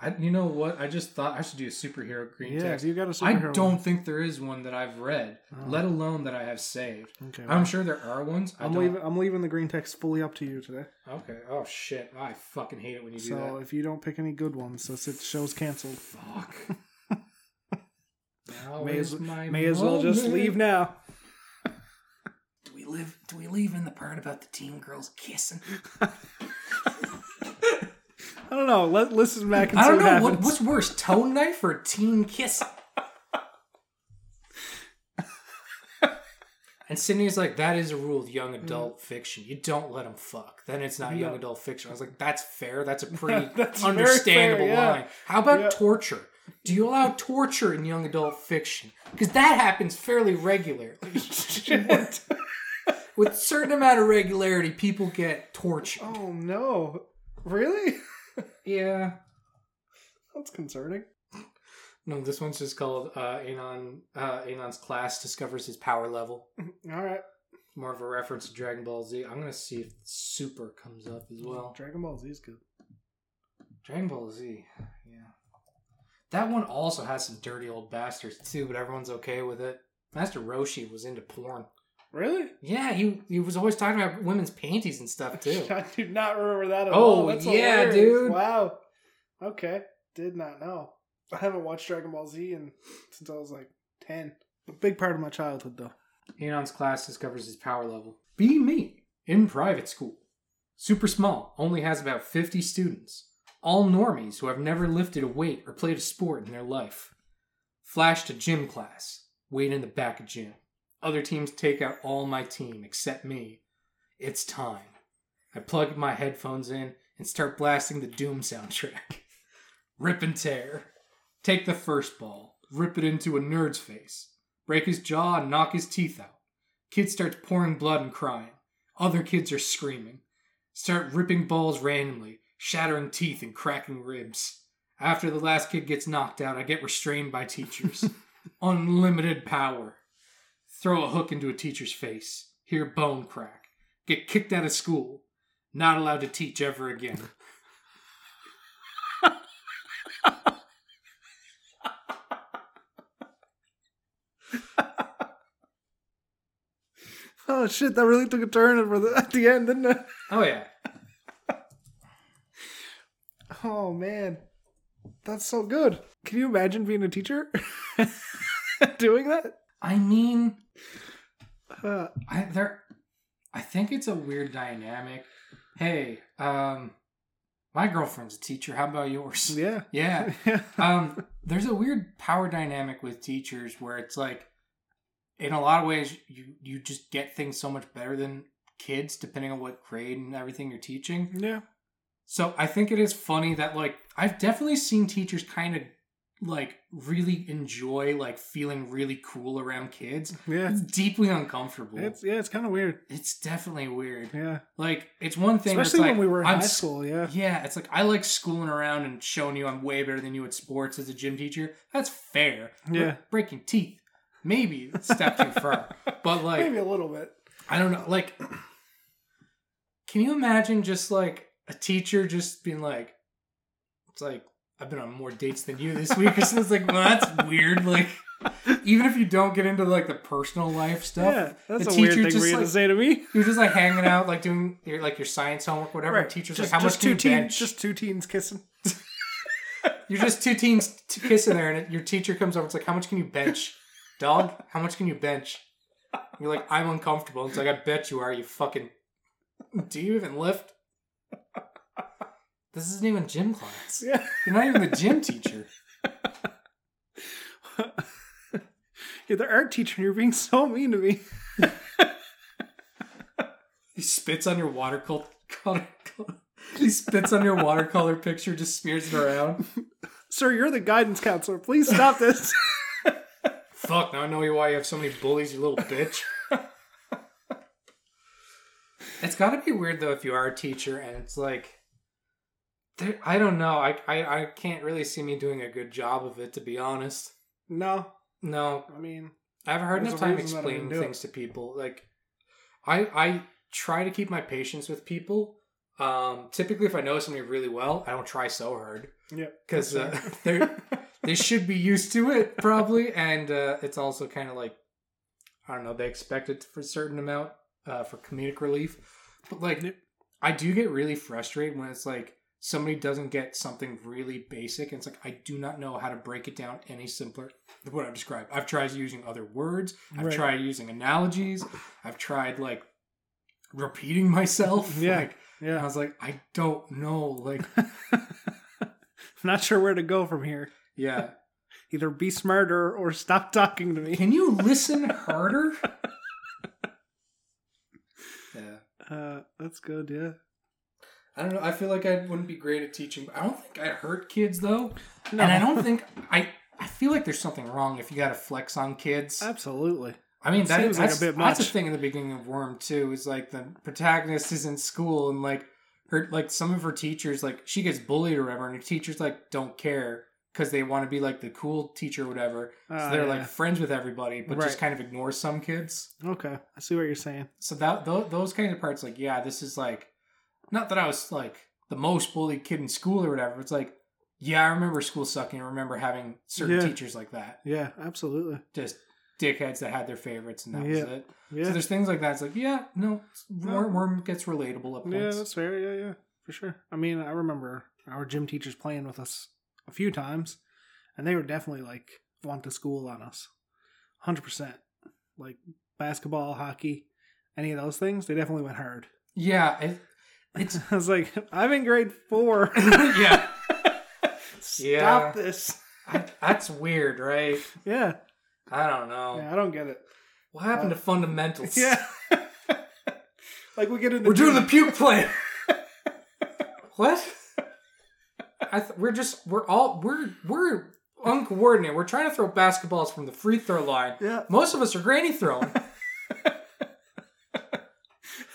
B: I, you know what? I just thought I should do a superhero green
A: Yeah,
B: text.
A: you got a
B: I
A: superhero. Oh.
B: don't think there is one that I've read, let alone that I have saved.
A: one. Okay.
B: I'm sure there are ones. I
A: I'm
B: don't.
A: leaving. I'm leaving the green text fully up to you today.
B: Okay. Oh shit! I fucking hate it when you do
A: So if you don't pick any good ones, that's it. Show's canceled.
B: that. Fuck. Now
A: May as
B: is my
A: May as well just
B: moment.
A: leave now.
B: Do we live? Do we leave in the part about the teen girls kissing?
A: I don't know. Let listen back and
B: I
A: see
B: don't
A: what
B: know
A: happens.
B: what, what's worse, toe knife or teen kiss. and Sydney's like, that is a rule of young adult fiction. You don't let them fuck. Then it's not young
A: Mm. Yeah.
B: adult fiction. I was like, that's fair. That's a pretty
A: That's very
B: understandable
A: fair, yeah.
B: line. How about
A: Yeah.
B: torture? Do you allow torture in young adult fiction? Because that happens fairly regularly.
A: Shit.
B: With a certain amount of regularity, people get tortured.
A: oh no! Really?
B: Yeah.
A: That's concerning.
B: No, this one's just called uh, Anon. Uh, Anon's class discovers his power level.
A: All right.
B: More of a reference to Dragon Ball Z. I'm gonna see if Super comes up as well.
A: Dragon Ball Z is good.
B: Dragon Ball Z. Yeah, that one also has some dirty old bastards too, but everyone's okay with it. Master Roshi was into porn.
A: Really?
B: Yeah, he he was always talking about women's panties and stuff too.
A: I do not remember that at
B: Oh,
A: all. That's
B: yeah,
A: hilarious.
B: dude.
A: Wow. Okay. Did not know. I haven't watched Dragon Ball Z in, since I was like 10. A big part of my childhood, though.
B: Anon's class discovers his power level. Be me in private school. Super small, only has about 50 students. All normies who have never lifted a weight or played a sport in their life. Flash to gym class. Wait in the back of gym. Other teams take out all my team except me. It's time. I plug my headphones in and start blasting the Doom soundtrack. Rip and tear. Take the first ball, rip it into a nerd's face, break his jaw, and knock his teeth out. Kid starts pouring blood and crying. Other kids are screaming. Start ripping balls randomly, shattering teeth and cracking ribs. After the last kid gets knocked out, I get restrained by teachers. Unlimited power. Throw a hook into a teacher's face. Hear bone crack. Get kicked out of school. Not allowed to teach ever again.
A: Oh, shit. That really took a turn for the, at the end, didn't it?
B: Oh, yeah.
A: Oh, man. That's so good. Can you imagine being a teacher doing that?
B: I mean,
A: Uh,
B: I there I think it's a weird dynamic. Hey, um my girlfriend's a teacher. How about yours?
A: yeah.
B: Yeah.
A: Yeah.
B: Um there's a weird power dynamic with teachers where it's like in a lot of ways you you just get things so much better than kids depending on what grade and everything you're teaching.
A: Yeah.
B: So I think it is funny that like I've definitely seen teachers kind of like really enjoy like feeling really cool around kids.
A: Yeah.
B: It's deeply uncomfortable.
A: It's, yeah, it's kind of weird.
B: It's definitely weird.
A: Yeah.
B: Like it's one thing,
A: Especially
B: it's like,
A: when we were in
B: I'm
A: high
B: s-
A: school. Yeah.
B: Yeah, it's like I like schooling around and showing you I'm way better than you at sports as a gym teacher. That's fair.
A: Yeah.
B: breaking teeth, maybe a step too far, but like
A: Maybe a little bit.
B: I don't know. Like, can you imagine just like a teacher just being like, it's like, I've been on more dates than you this week or something. It's like, well, that's weird. Like, even if you don't get into like the personal life stuff,
A: Yeah. That's
B: the
A: a weird
B: teacher
A: thing for
B: just,
A: you to
B: like-
A: say to me.
B: you're just like hanging out, like doing your like your science homework, whatever. and Teachers like, how much can
A: two
B: you bench?
A: teens, just two teens kissing.
B: You're just two teens t- kissing there, and your teacher comes over. It's like, how much can you bench, dog? How much can you bench? And you're like, I'm uncomfortable. It's like, I bet you are. You fucking. Do you even lift? This isn't even gym class.
A: Yeah,
B: You're not even the gym teacher.
A: you're the art teacher. and You're being so mean to me.
B: spits on your watercolor. he spits on your watercolor picture, just smears it around.
A: Sir, you're the guidance counselor. Please stop this.
B: Fuck, now I know why you have so many bullies, you little bitch. it's got to be weird though if you are a teacher and it's like, there, I don't know. I, I I can't really see me doing a good job of it to be honest.
A: no,
B: No,
A: I mean,
B: I have a hard
A: There's
B: enough
A: a
B: time
A: reason that I didn't
B: explaining
A: do it.
B: things to people. Like, I I try to keep my patience with people. Um, typically, if I know somebody really well, I don't try so hard
A: yeah,
B: because uh,
A: that's fair.
B: they're they should be used to it probably, and uh, it's also kind of like I don't know. They expect it for a certain amount uh, for comedic relief, but like
A: Yep.
B: I do get really frustrated when it's like somebody doesn't get something really basic, and it's like I do not know how to break it down any simpler than what I've described. I've tried using other words. I've
A: Right.
B: tried using analogies. I've tried like repeating myself.
A: Yeah.
B: Like, and I
A: yeah.
B: was like, I don't know. Like,
A: Not sure where to go from here.
B: yeah.
A: Either be smarter or stop talking to me.
B: Can you listen harder? yeah.
A: Uh, that's good. Yeah.
B: I don't know. I feel like I wouldn't be great at teaching. But I don't think I hurt kids though, and I don't think I. I feel like there's something wrong if you got to flex on kids.
A: Absolutely.
B: I mean, that,
A: seems
B: that's
A: like a
B: that's a
A: bit much.
B: thing in the beginning of Worm too. Is like the protagonist is in school and like her like some of her teachers like she gets bullied or whatever, and her teachers like don't care because they want to be like the cool teacher or whatever.
A: Ah,
B: so they're
A: yeah.
B: like friends with everybody, but just
A: Right.
B: kind of ignore some kids.
A: Okay, I see what you're saying.
B: so that th- those kinds of parts like yeah this is like not that i was like the most bullied kid in school or whatever it's like yeah i remember school sucking i remember having certain
A: Yeah.
B: teachers like that
A: Yeah, absolutely.
B: just dickheads that had their favorites and that was
A: Yeah.
B: it so
A: Yeah,
B: there's things like that it's like yeah no, it's-
A: No.
B: worm, worm gets relatable at
A: yeah,
B: points
A: that's fair. Yeah, yeah, for sure. I mean, I remember our gym teachers playing with us a few times, and they were definitely like want to school on us, hundred percent. Like basketball, hockey, any of those things, they definitely went hard.
B: yeah, it, it's
A: I was like, I'm in grade four.
B: yeah
A: Stop
B: Yeah.
A: this.
B: I, that's weird right
A: Yeah.
B: i don't know
A: yeah, I don't get it.
B: what happened to fundamentals
A: Yeah. like we get into
B: We're doing the puke play. what? I th- we're just we're all we're we're uncoordinated. We're trying to throw basketballs from the free throw line.
A: yeah.
B: Most of us are granny throwing.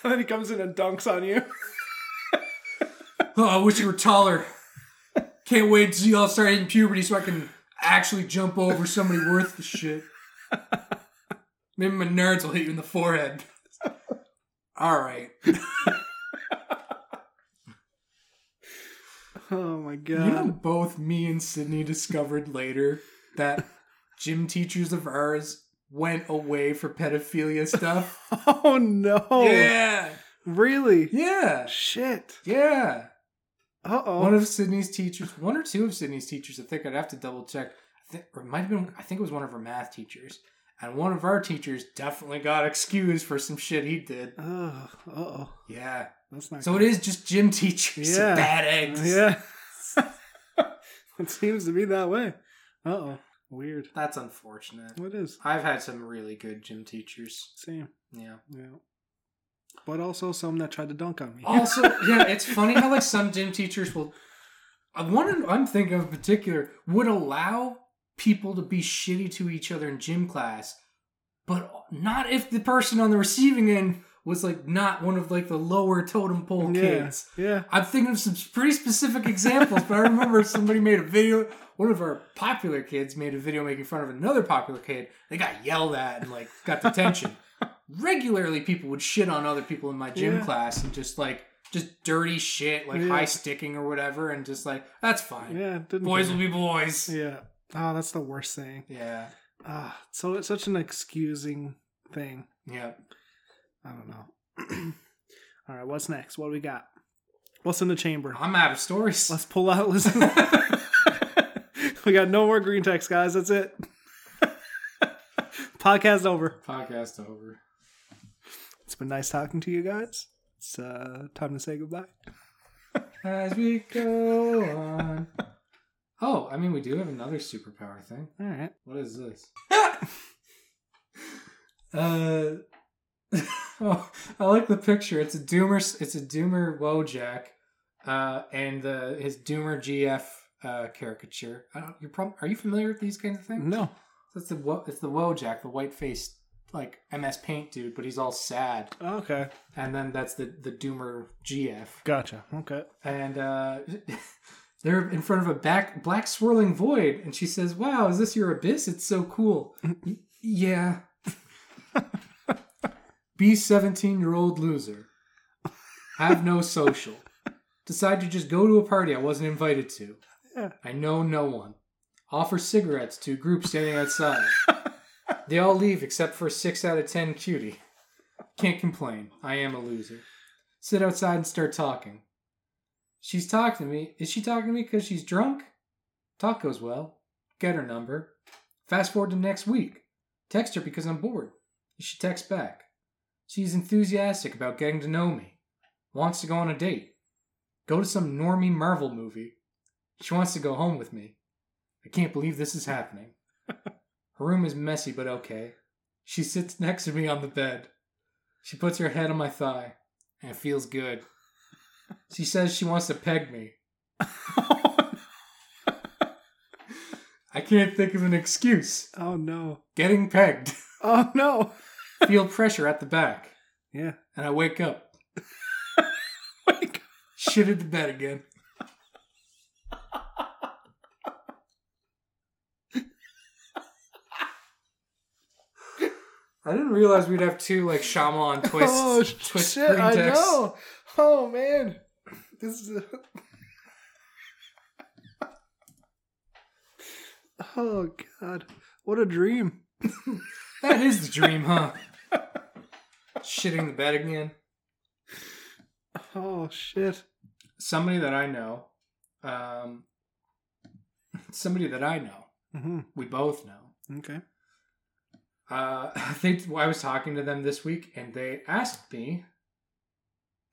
A: And then he comes in and dunks on you.
B: oh, I wish you were taller. Can't wait to see y'all start hitting puberty so I can actually jump over somebody worth the shit. Maybe my nerds will hit you in the forehead. All right.
A: Oh my
B: You know,
A: god.
B: both me and Sydney discovered later that gym teachers of ours went away for pedophilia stuff.
A: Oh no.
B: Yeah.
A: Really?
B: Yeah.
A: Shit.
B: Yeah.
A: Uh
B: One
A: oh.
B: of Sydney's teachers, one or two of Sydney's teachers, I think I'd have to double check. I think, or it might have been, I think it was one of her math teachers. And one of our teachers definitely got excused for some shit he did.
A: Uh oh.
B: Yeah.
A: That's not
B: So it is just gym teachers.
A: Yeah.
B: Yeah. Bad eggs.
A: Yeah. it seems to be that way. Uh oh. Weird.
B: That's unfortunate.
A: What is?
B: I've had some really good gym teachers.
A: Same.
B: Yeah.
A: Yeah. But also some that tried to dunk on me.
B: Also, yeah, it's funny how like some gym teachers will. uh, One I'm thinking of in particular would allow people to be shitty to each other in gym class, but not if the person on the receiving end was like not one of like the lower totem pole
A: yeah.
B: kids.
A: Yeah.
B: I'm thinking of some pretty specific examples, but I remember somebody made a video. One of our popular kids made a video making fun of another popular kid. They got yelled at and like got detention. Regularly, people would shit on other people in my gym
A: Yeah.
B: class and just like just dirty shit, like
A: Yeah.
B: high sticking or whatever, and just like that's fine.
A: Yeah. Didn't
B: Boys
A: care.
B: will be boys.
A: Yeah. Oh, that's the worst thing.
B: Yeah,
A: Ah, so it's such an excusing thing.
B: yeah.
A: I don't know. All right, what's next? What do we got? What's in the chamber?
B: I'm out of stories.
A: Let's pull out. Listen, we got no more green text, guys. That's it. Podcast over.
B: Podcast over.
A: It's been nice talking to you guys. It's uh, time to say goodbye.
B: As we go on. Oh, I mean, we do have another superpower thing.
A: All right.
B: What is this? uh, oh, I like the picture. It's a Doomer. It's a Doomer Wojak, uh, and the his Doomer GF uh, caricature. I don't. You're prob- Are you familiar with these kinds of things?
A: No.
B: That's the Wo- it's the Wojak, the white faced like MS Paint dude, but he's all sad.
A: Okay.
B: And then that's the the Doomer GF,
A: Gotcha. Okay.
B: and uh, they're in front of a back black swirling void, and she says, "Wow, is this your abyss? It's so cool." Y- yeah. Be seventeen year old loser. Have no social. Decide to just go to a party I wasn't invited to.
A: Yeah.
B: I know no one. Offer cigarettes to a group standing outside. they all leave except for six out of ten cutie. Can't complain. I am a loser. Sit outside and start talking. She's talking to me. Is she talking to me because she's drunk? Talk goes well. Get her number. Fast forward to next week. Text her because I'm bored. She texts back. She's enthusiastic about getting to know me. Wants to go on a date. Go to some normie Marvel movie. She wants to go home with me. I can't believe this is happening. her room is messy but okay. She sits next to me on the bed. She puts her head on my thigh, and it feels good. She says she wants to peg me. I can't think of an excuse.
A: oh no.
B: Getting pegged.
A: Oh no.
B: Feel pressure at the back.
A: Yeah.
B: And I wake up.
A: Wake
B: Shit at the bed again. I didn't realize we'd have two like Shyamalan twists.
A: Oh
B: twist
A: shit!
B: green
A: I
B: text.
A: know. Oh man, this is. oh god, what a dream!
B: That is the dream, huh? Shitting the bed again.
A: Oh shit!
B: Somebody that I know, um, somebody that I know,
A: hmm
B: we both know.
A: Okay.
B: Uh, they, I was talking to them this week, and they asked me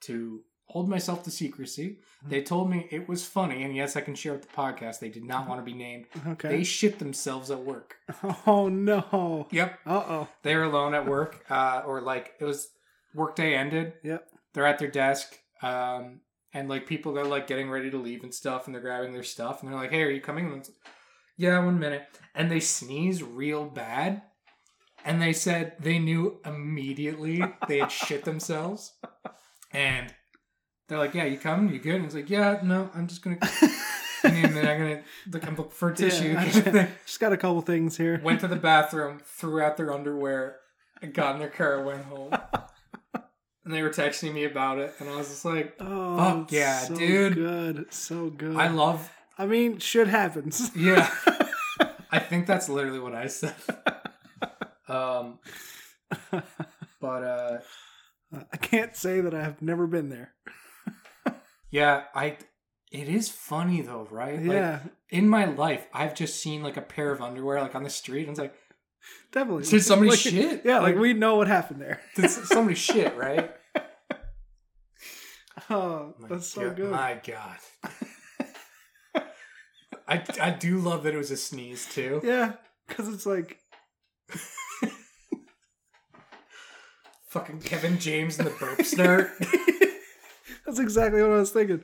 B: to hold myself to secrecy. They told me it was funny, and yes, I can share with the podcast. They did not want to be named. They
A: Okay.
B: shit themselves at work.
A: oh no.
B: Yep,
A: Uh oh.
B: they were alone at work, uh, or like it was workday ended.
A: Yep.
B: They're at their desk, um, and like people are like getting ready to leave and stuff, and they're grabbing their stuff, and they're like, "Hey, are you coming?" And it's like, yeah, one minute, and they sneeze real bad, and they said they knew immediately they had shit themselves, and they're like, "Yeah, you coming? You good?" And it's like, "Yeah, no, I'm just gonna." I mean, then I'm gonna like I'm looking for tissue.
A: Yeah, I
B: kind of thing
A: Just got a couple things here.
B: went to the bathroom, threw out their underwear, and got in their car and went home. and they were texting me about it, and I was just like,
A: Oh
B: Fuck yeah,
A: so
B: dude.
A: Good. So good.
B: I love,
A: I mean, shit happens.
B: yeah. I think that's literally what I said. Um, but uh,
A: I can't say that I have never been there.
B: yeah, I. It is funny though, right? Like,
A: yeah,
B: in my life, I've just seen like a pair of underwear like on the street, and it's like,
A: definitely.
B: did somebody
A: Like,
B: shit?
A: Yeah, like we know what happened there.
B: did somebody shit, right?
A: Oh,
B: My
A: that's so
B: God-
A: good.
B: My God. I, I do love that it was a sneeze too.
A: Yeah, because it's like,
B: Fucking Kevin James and the burp snort.
A: that's exactly what I was thinking.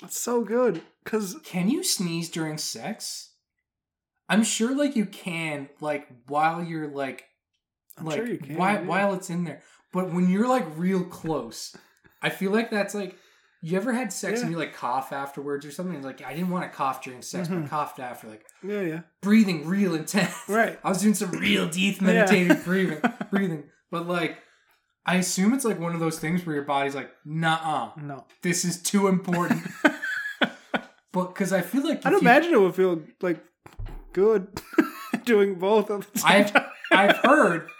A: That's so good. Because,
B: can you sneeze during sex? I'm sure like you can like while you're like
A: I'm
B: like
A: sure you can.
B: whi-
A: yeah.
B: while it's in there. But when you're like real close, I feel like that's like you ever had sex and
A: Yeah.
B: you like cough afterwards or something? Like I didn't want to cough during sex, but I
A: Mhm.
B: coughed after like
A: Yeah, yeah.
B: breathing real intense.
A: Right.
B: I was doing some real deep meditative breathing, breathing. But like, I assume it's like one of those things where your body's like, nah,
A: No.
B: this is too important. but because I feel like
A: I'd
B: if you-
A: imagine it would feel, like, good doing both at the same
B: I've
A: time.
B: I've heard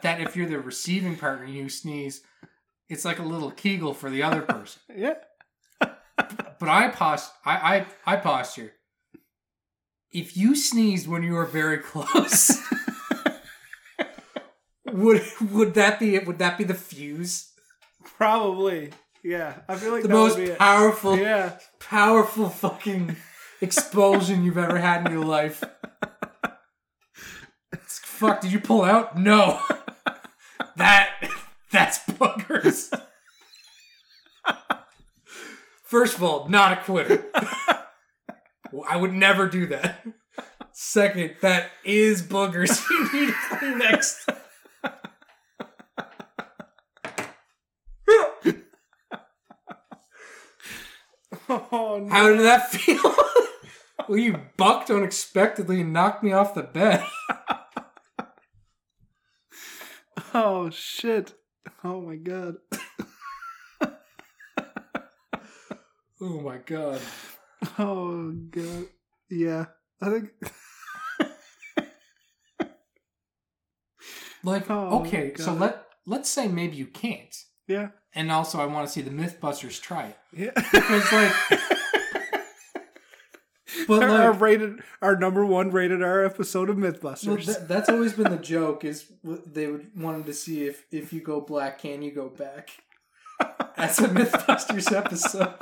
B: that if you're the receiving partner and you sneeze, it's like a little kegel for the other person.
A: Yeah.
B: But I post, I I, I posture. If you sneezed when you were very close, would would that be it? Would that be the fuse?
A: Probably. Yeah. I feel like
B: the
A: that
B: most
A: would be it.
B: powerful,
A: Yeah.
B: powerful fucking expulsion you've ever had in your life. It's- fuck, did you pull out? No. That that's bugger. first. First of all, not a quitter. I would never do that. Second, that is boogers you need to clean next.
A: Oh, no.
B: How did that feel? well, you bucked unexpectedly and knocked me off the bed.
A: oh shit. Oh my god.
B: Oh my god.
A: Oh god. Yeah. I think
B: Like,
A: Oh,
B: okay, so
A: God.
B: let let's say maybe you can't.
A: yeah.
B: And also I want to see the Mythbusters try it.
A: Yeah.
B: Because like But
A: our, our
B: like,
A: rated our number one rated R episode of Mythbusters.
B: well, that, that's always been the joke is w- they would wanted to see if if you go black, can you go back? That's a MythBusters episode.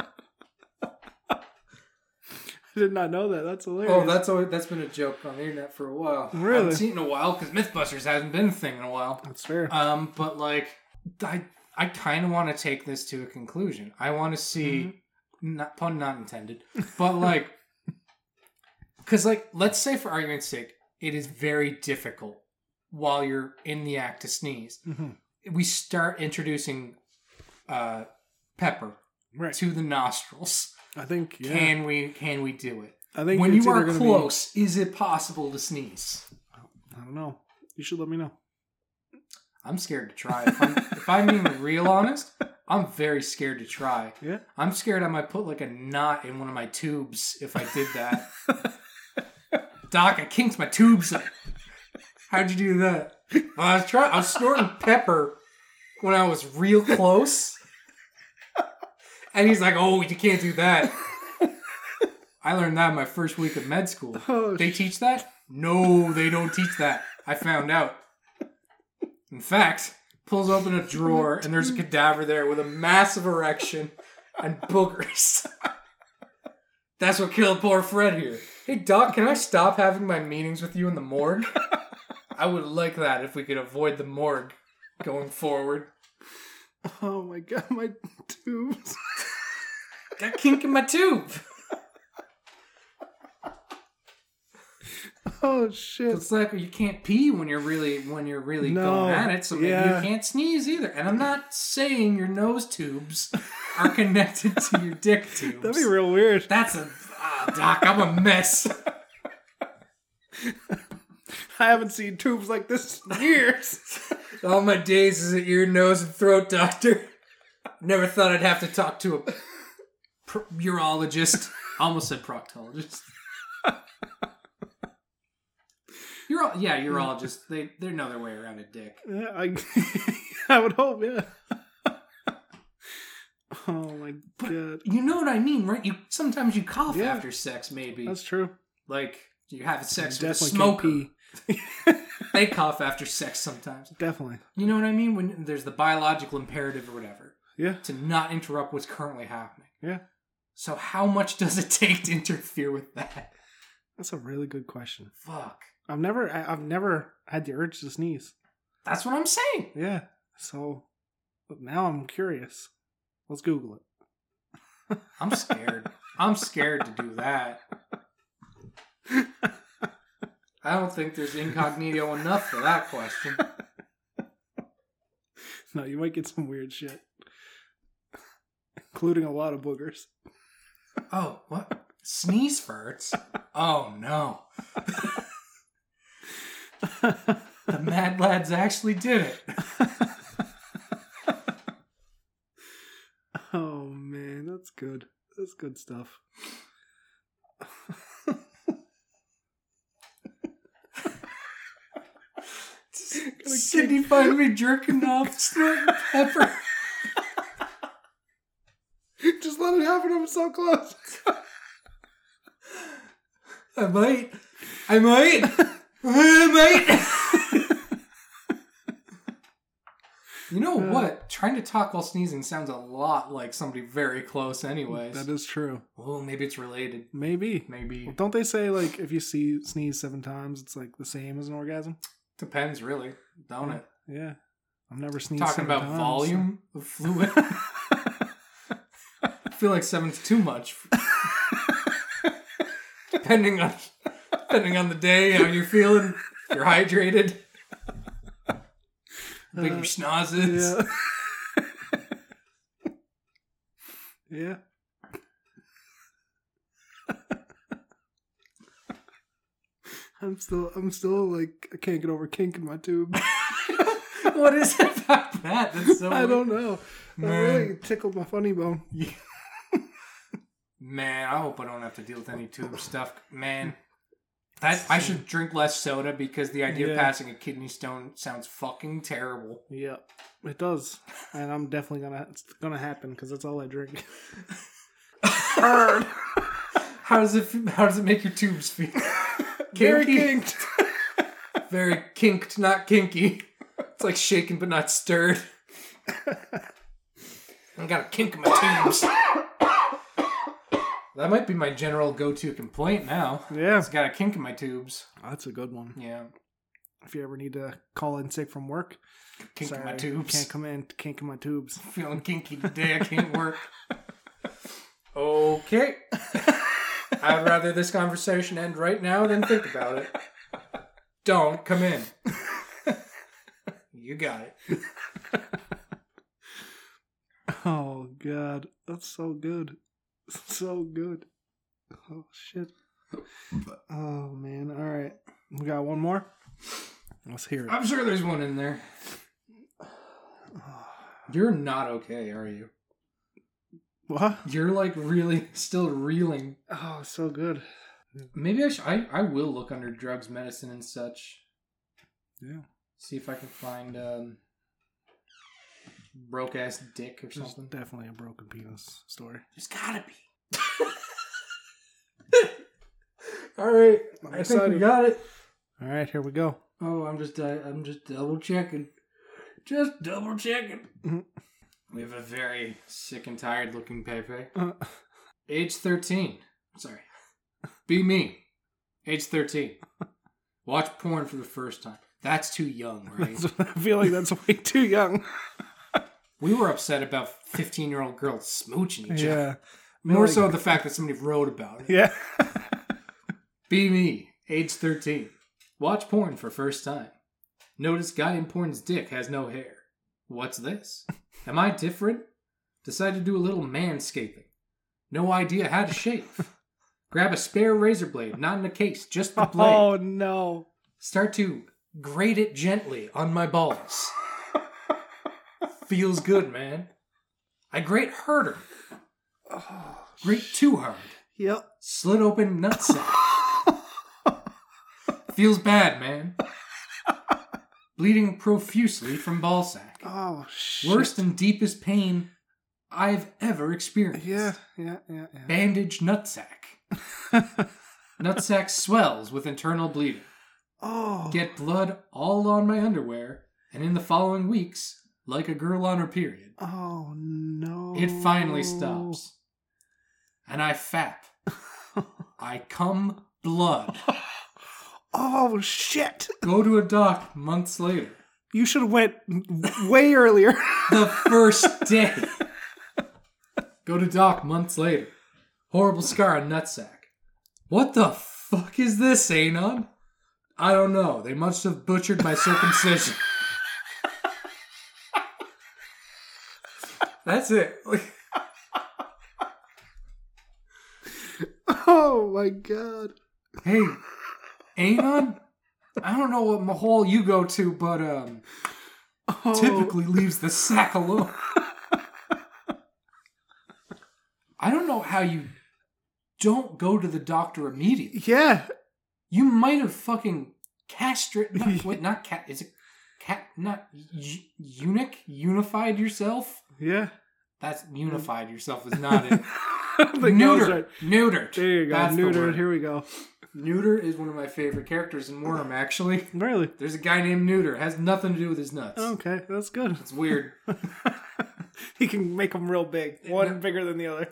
A: I did not know that. That's hilarious.
B: Oh, that's always, that's been a joke on the internet for a while. I
A: Really?
B: haven't seen it in a while because MythBusters hasn't been a thing in a while.
A: that's fair.
B: Um, but like, I I kind of want to take this to a conclusion. I want to see,
A: Mm-hmm.
B: not pun not intended, but like, because like, let's say for argument's sake, it is very difficult while you're in the act to sneeze.
A: Mhm.
B: We start introducing uh, pepper
A: Right.
B: to the nostrils.
A: I think yeah.
B: Can we? Can we do it?
A: I think
B: when
A: it's
B: you
A: either
B: are
A: gonna be-
B: close, is it possible to sneeze?
A: I don't know. You should let me know.
B: I'm scared to try. If I'm, if I'm being real honest, I'm very scared to try.
A: Yeah.
B: I'm scared I might put like a knot in one of my tubes if I did that. Doc, I kinked my tubes. up. How'd you do that? Well, I was trying. I was snorting pepper when I was real close, and he's like, "Oh, you can't do that." I learned that my first week of med school.
A: Oh,
B: They teach that? No, they don't teach that. I found out. In fact, pulls open a drawer and there's a cadaver there with a massive erection and boogers. That's what killed poor Fred here. Hey Doc, can I stop having my meetings with you in the morgue? I would like that if we could avoid the morgue going forward.
A: oh my god, my tubes.
B: Got kink in my tube.
A: Oh shit.
B: It's like you can't pee when you're really when you're really
A: No.
B: going at it, so maybe
A: Yeah.
B: you can't sneeze either. And I'm not saying your nose tubes are connected to your dick tubes.
A: That'd be real weird.
B: That's a ah, doc. I'm a mess.
A: I haven't seen tubes like this in years.
B: All my days is at your nose and throat doctor. Never thought I'd have to talk to a pro- urologist. Almost said proctologist. Uro- yeah, urologists. They they know their way around a dick.
A: yeah, I, I would hope, yeah. oh my god.
B: You know what I mean, right? You sometimes you cough
A: Yeah.
B: after sex, maybe
A: That's true.
B: like you have sex with a
A: Definitely
B: smoker.
A: can't
B: They cough after sex sometimes.
A: pee. Definitely.
B: You know what I mean? When there's the biological imperative or whatever
A: Yeah.
B: to not interrupt what's currently happening.
A: Yeah.
B: So how much does it take to interfere with that?
A: That's a really good question.
B: Fuck.
A: I've never I, I've never had the urge to sneeze.
B: That's what I'm saying.
A: Yeah. So but now I'm curious. Let's Google it.
B: I'm scared. I'm scared to do that. I don't think there's incognito enough for that question.
A: No, you might get some weird shit. Including a lot of boogers.
B: Oh, what? Sneeze farts? Oh no. The Mad Lads actually did it.
A: oh man, that's good. That's good stuff.
B: Sydney find me jerking off, snorting pepper.
A: Just let it happen. I'm so close.
B: I might. I might. I might. you know
A: Uh.
B: what? Trying to talk while sneezing sounds a lot like somebody very close, anyways.
A: That is true.
B: oh, maybe it's related.
A: Maybe.
B: Maybe.
A: Don't they say like if you see sneeze seven times, it's like the same as an orgasm?
B: Depends, really. Don't it?
A: Yeah. I've never sneezed.
B: Talking
A: seven
B: about
A: times.
B: volume of fluid. I feel like seven's too much. depending on depending on the day, how you're feeling, if you're hydrated, how
A: Uh,
B: big your schnoz is.
A: Yeah. yeah. I'm still, I'm still like, I can't get over kink in my tube.
B: what is it about that? That's so
A: I
B: weird.
A: don't know. That
B: Man.
A: really tickled my funny bone.
B: Man, I hope I don't have to deal with any tube stuff. Man, I, I should drink less soda because the idea of
A: Yeah.
B: passing a kidney stone sounds fucking terrible.
A: Yep, it does, and I'm definitely gonna, it's gonna happen because that's all I drink. Hard.
B: How does it f- How does it make your tubes feel?
A: Very
B: Kinky?
A: kinked.
B: Very kinked, not kinky. It's like shaken but not stirred. I got a kink in my tubes. That might be my general go-to complaint now.
A: Yeah,
B: It's got a kink in my tubes.
A: that's a good one.
B: Yeah,
A: If you ever need to call in sick from work,
B: kink in my
A: sorry,
B: tubes.
A: Can't come in, kink in my tubes.
B: feeling kinky today. I can't work. Okay. I'd rather this conversation end right now than think about it. Don't come in. You got it.
A: Oh god, that's so good, so good. Oh shit. Oh man. All right, we got one more. Let's hear it.
B: I'm sure there's one in there. You're not okay, are you?
A: What?
B: You're like really still reeling.
A: Oh, so good.
B: Maybe I should, I, I will look under drugs, medicine, and such.
A: Yeah.
B: See if I can find um, broke ass dick or
A: There's
B: something.
A: definitely a broken penis story.
B: There's gotta be. All right,
A: I'm
B: I think we
A: excited.
B: got it.
A: All right, here we go.
B: Oh, I'm just I, I'm just double checking, just double checking.
A: Mhm.
B: We have a very sick and tired looking Pepe.
A: Uh,
B: Age 13. Sorry. Be me. Age 13. Watch porn for the first time. That's too young, right?
A: I feel like that's way too young.
B: we were upset about 15 year old girls smooching each other.
A: Yeah.
B: More
A: Like-
B: so the fact that somebody wrote about it.
A: Yeah.
B: Be me, age 13. Watch porn for first time. Notice guy in porn's dick has no hair. What's this? Am I different? Decide to do a little manscaping. No idea how to shave. Grab a spare razor blade, not in a case, just the blade.
A: Oh no.
B: Start to grate it gently on my balls. Feels good, man. I grate harder. Grate too hard.
A: Yep.
B: Slit open nutsack. Feels bad, man. Bleeding profusely from ball sack.
A: Oh shit.
B: Worst and deepest pain I've ever experienced.
A: Yeah. Yeah. Yeah. Yeah.
B: Bandage nutsack. nutsack swells with internal bleeding.
A: Oh.
B: Get blood all on my underwear, and in the following weeks, like a girl on her period,
A: Oh no.
B: it finally
A: Oh.
B: stops. And I fap. I come blood.
A: Oh shit.
B: Go to a doc months later.
A: You should have went way earlier.
B: The first day. Go to doc months later. Horrible scar on nutsack. What the fuck is this, Anon? I don't know. They must have butchered my circumcision. That's it. Like,
A: oh my god.
B: hey, Anon, I don't know what mahal you go to, but um,
A: Oh.
B: typically leaves the sack alone. I don't know how you don't go to the doctor immediately.
A: Yeah.
B: You might have fucking castrated. Not, wait, not cat. Is it cat? Not y- eunuch? Unified yourself?
A: Yeah.
B: That's unified yourself is not it.
A: I think that was
B: Neutered.
A: right.
B: Neutered.
A: There you go.
B: That's the
A: Neutered.
B: word.
A: Here we go.
B: Neuter is one of my favorite characters in Worm, actually.
A: Really?
B: There's a guy named Neuter. Has nothing to do with his nuts.
A: Okay. That's good.
B: It's weird.
A: he can make them real big. One bigger than the other.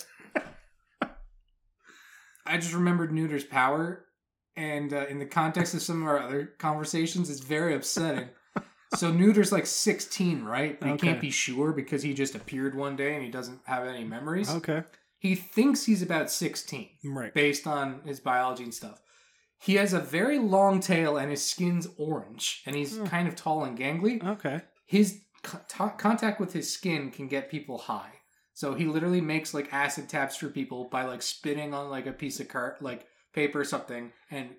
B: I just remembered Neuter's power, and uh, in the context of some of our other conversations, it's very upsetting So Neuter's like 16, right? But He
A: Okay.
B: can't be sure because he just appeared one day and he doesn't have any memories.
A: Okay.
B: He thinks he's about 16
A: Right.
B: based on his biology and stuff. He has a very long tail and his skin's orange and he's
A: Hmm.
B: kind of tall and gangly.
A: Okay.
B: His co- to- contact with his skin can get people high. So he literally makes like acid tabs for people by like spitting on like a piece of cart like paper or something and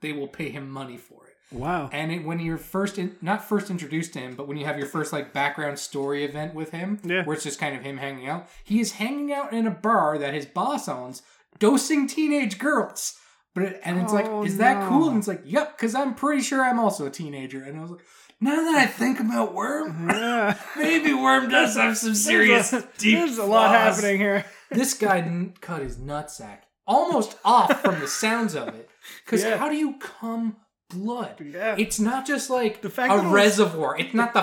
B: they will pay him money for it.
A: Wow.
B: And it, when you're first, in, not first introduced to him, but when you have your first like background story event with him,
A: Yeah.
B: where it's just kind of him hanging out, he is hanging out in a bar that his boss owns, dosing teenage girls. But it, and it's
A: Oh,
B: like, is that cool?
A: no.
B: And it's like, yep, because I'm pretty sure I'm also a teenager. And I was like, now that I think about Worm,
A: Yeah.
B: maybe Worm does have some serious
A: There's a,
B: deep.
A: there's a lot
B: flaws.
A: happening here.
B: This guy n- cut his nutsack almost off from the sounds of it. Because
A: Yeah.
B: how do you cum blood?
A: Yeah.
B: It's not just like
A: The fact
B: a
A: that it was-
B: reservoir. It's not the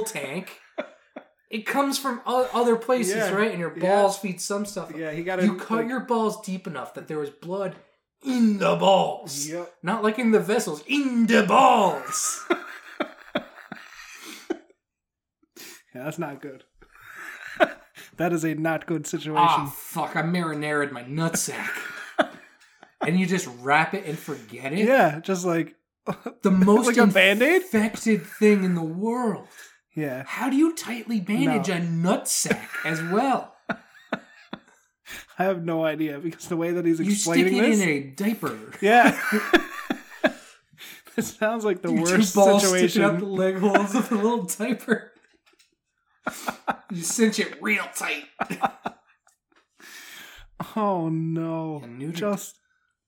B: tank. It comes from o- other places,
A: Yeah.
B: right? And your
A: Yeah.
B: balls feed some stuff.
A: yeah, he got
B: you cut your balls deep enough that there was blood in the balls,
A: Yep.
B: not like in the vessels. In the balls.
A: Yeah, that's not good. that is a not good situation.
B: ah, fuck! I marinated my nutsack. and you just wrap it and forget it.
A: yeah, just like
B: The most
A: Like a Band-Aid?
B: infected thing in the world.
A: yeah.
B: How do you tightly bandage
A: No.
B: a nutsack as well?
A: I have no idea because the way that he's
B: You stick it
A: explaining this,
B: in a diaper.
A: yeah. this sounds like the
B: Your two
A: worst
B: balls sticking out the
A: situation.
B: leg holes of a little diaper. you cinch it real tight.
A: Oh no!
B: And nudity.
A: Just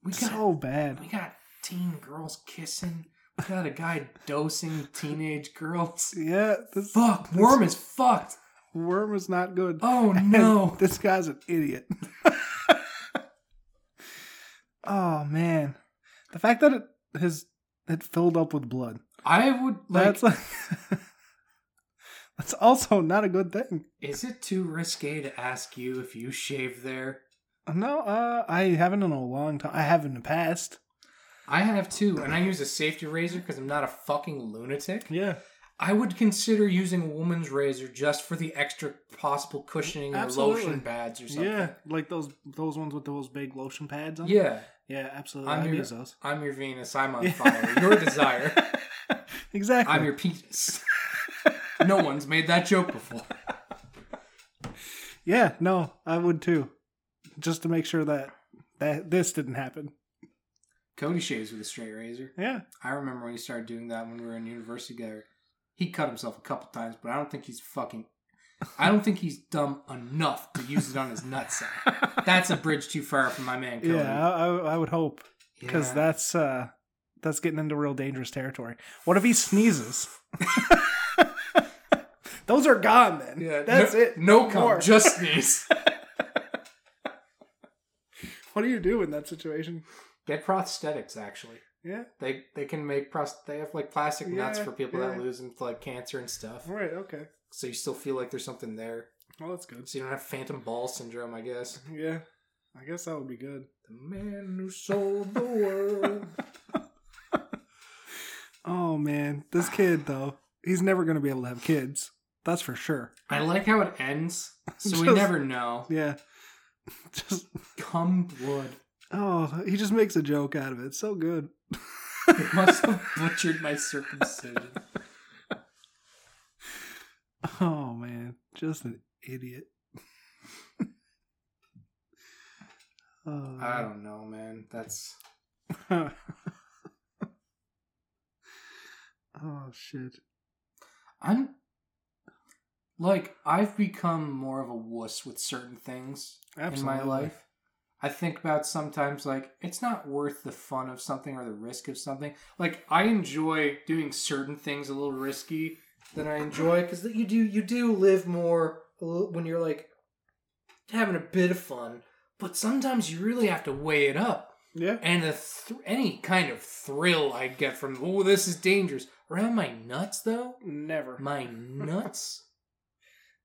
B: We got
A: so bad.
B: we got teen girls kissing. We got a guy dosing teenage girls.
A: Yeah, this
B: Fuck, worm is fucked.
A: worm is not good.
B: Oh no.
A: This guy's an idiot. oh man, the fact that it has it filled up with blood.
B: I would like
A: that's like that's also not a good thing.
B: is it too risque to ask you if you shave there?
A: No, uh, I haven't in a long time. I have in the past.
B: I have too, and I use a safety razor because I'm not a fucking lunatic.
A: Yeah,
B: I would consider using a woman's razor just for the extra possible cushioning or
A: Absolutely.
B: lotion pads or something.
A: yeah, like those those ones with those big lotion pads on.
B: Yeah.
A: yeah, absolutely.
B: I'm
A: I
B: your-
A: use those.
B: I'm your Venus. I'm on fire. Your desire.
A: exactly.
B: I'm your penis. no one's made that joke before.
A: Yeah, no, I would too, just to make sure that that this didn't happen.
B: Cody shaves with a straight razor.
A: Yeah,
B: I remember when he started doing that when we were in university together. He cut himself a couple times, but I don't think he's fucking. I don't think he's dumb enough to use it on his nutsack. That's a bridge too far for my man, Cody.
A: yeah, I, I, I would hope because
B: Yeah.
A: that's uh that's getting into real dangerous territory. What if he sneezes? Those are gone then.
B: Yeah,
A: that's
B: no,
A: it.
B: No cum,
A: more.
B: just sneeze.
A: What do you do in that situation?
B: Get prosthetics. Actually,
A: Yeah,
B: they they can make prost. They have like plastic nuts
A: Yeah,
B: for people that
A: yeah.
B: lose them to like cancer and stuff.
A: all right, okay.
B: So you still feel like there's something there.
A: Well, that's good.
B: So you don't have phantom ball syndrome, I guess.
A: Yeah, I guess that would be good.
B: The man who sold the world.
A: Oh man, this kid though, he's never going to be able to have kids. That's for sure.
B: I like how it ends, so we
A: Just-
B: never know.
A: Yeah. Just
B: Come blood.
A: oh, he just makes a joke out of it. It's so good.
B: It must have butchered my circumcision.
A: Oh man, just an idiot.
B: I
A: oh,
B: don't know, man. That's
A: oh shit.
B: I'm like I've become more of a wuss with certain things in my
A: Absolutely.
B: life. I think about sometimes like it's not worth the fun of something or the risk of something. Like I enjoy doing certain things a little risky than I enjoy because you do you do live more a little- when you're like having a bit of fun, but sometimes you really have to weigh it up
A: Yeah.
B: and the th- any kind of thrill I get from oh this is dangerous around my nuts though
A: Never.
B: my nuts.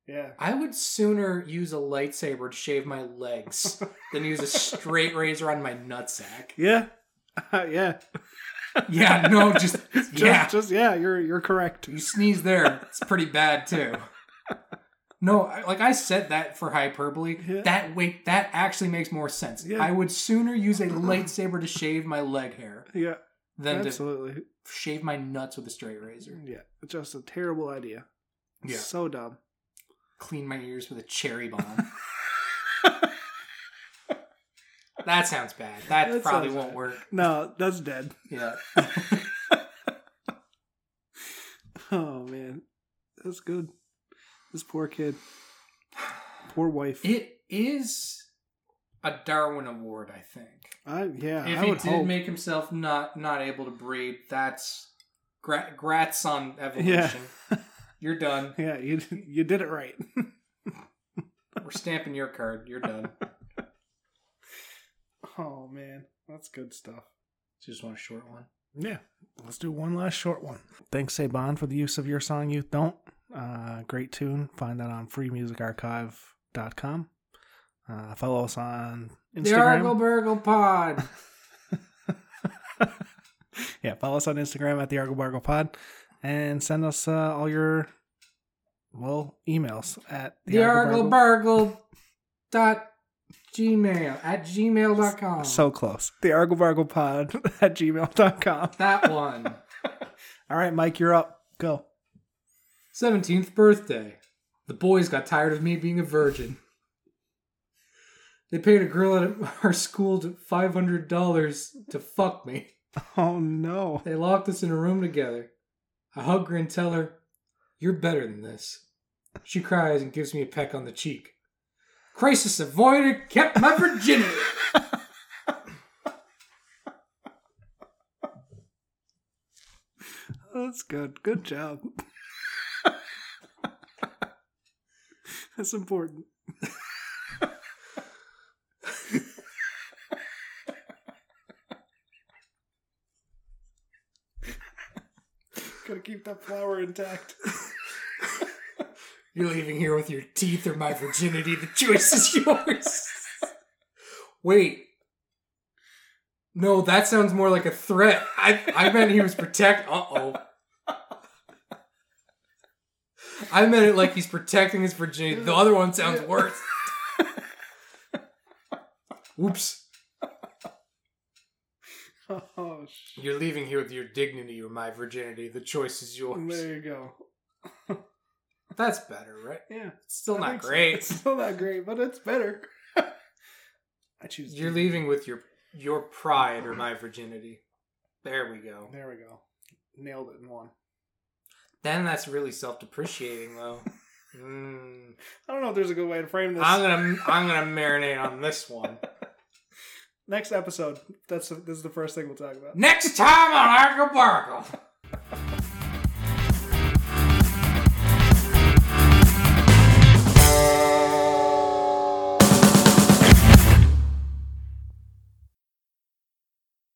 A: yeah.
B: I would sooner use a lightsaber to shave my legs than use a straight razor on my nutsack.
A: Yeah. yeah.
B: Yeah, no, just,
A: just,
B: yeah.
A: just yeah, you're you're correct.
B: You sneeze there, it's pretty bad too. No, I- like I said that for hyperbole.
A: Yeah.
B: That wait, that actually makes more sense.
A: Yeah. Uh-huh.
B: I would sooner use a lightsaber to shave my leg hair
A: Yeah,
B: than
A: absolutely.
B: to shave my nuts with a straight razor.
A: Yeah, just a terrible idea. so dumb.
B: Clean my ears with a cherry bomb. that sounds bad. That,
A: That
B: probably
A: sounds
B: won't
A: bad.
B: work.
A: No, that's dead.
B: Yeah.
A: Oh man, that's good. This poor kid, poor wife.
B: It is a Darwin Award, I think.
A: I yeah,
B: if
A: I
B: he
A: would
B: did
A: hope.
B: make himself not not able to breathe, that's gra- grats on evolution. You're done.
A: yeah, you you did it right.
B: We're stamping your card. You're done.
A: Oh man, that's good stuff.
B: Just want a short one.
A: Yeah. Let's do one last short one. Thanks, Saban, for the use of your song Youth Don't. Uh, great tune. Find that on freemusicarchive.com. Uh, follow us on
B: The Argle
A: Instagram.
B: Burgle Pod.
A: yeah, follow us on Instagram at the Argle Bargle Pod and send us uh, all your, well, emails at
B: The Argle
A: Bargle-
B: Burgle dot gmail at gmail.com.
A: So close. The Argle Bargle Pod at gmail.com.
B: that one.
A: All right, Mike, you're up. Go.
B: 17th birthday. The boys got tired of me being a virgin. They paid a girl at our school to $500 to fuck me.
A: Oh, no.
B: They locked us in a room together. I hug her and tell her, You're better than this. She cries and gives me a peck on the cheek. Crisis avoided, kept my virginity.
A: That's good. Good job. That's important. Gotta keep that flower intact.
B: You're leaving here with your teeth or my virginity. The choice is yours. Wait. No, that sounds more like a threat. I, I meant he was protect. Uh oh. I meant it like he's protecting his virginity. The other one sounds worse. Whoops.
A: Oh, sh-
B: You're leaving here with your dignity or my virginity. The choice is yours.
A: there you go.
B: That's better, right?
A: Yeah,
B: It's still
A: I
B: not
A: think so.
B: great.
A: It's still not great, but it's better. I choose.
B: You're
A: to-
B: leaving with your your pride or my virginity. There we go.
A: There we go. Nailed it in one.
B: Then that's really self depreciating though. Mm.
A: I don't know if there's a good way to frame this.
B: I'm gonna I'm gonna marinate on this one.
A: Next episode. That's this is the first thing we'll talk about.
B: Next time on Argo Bargo.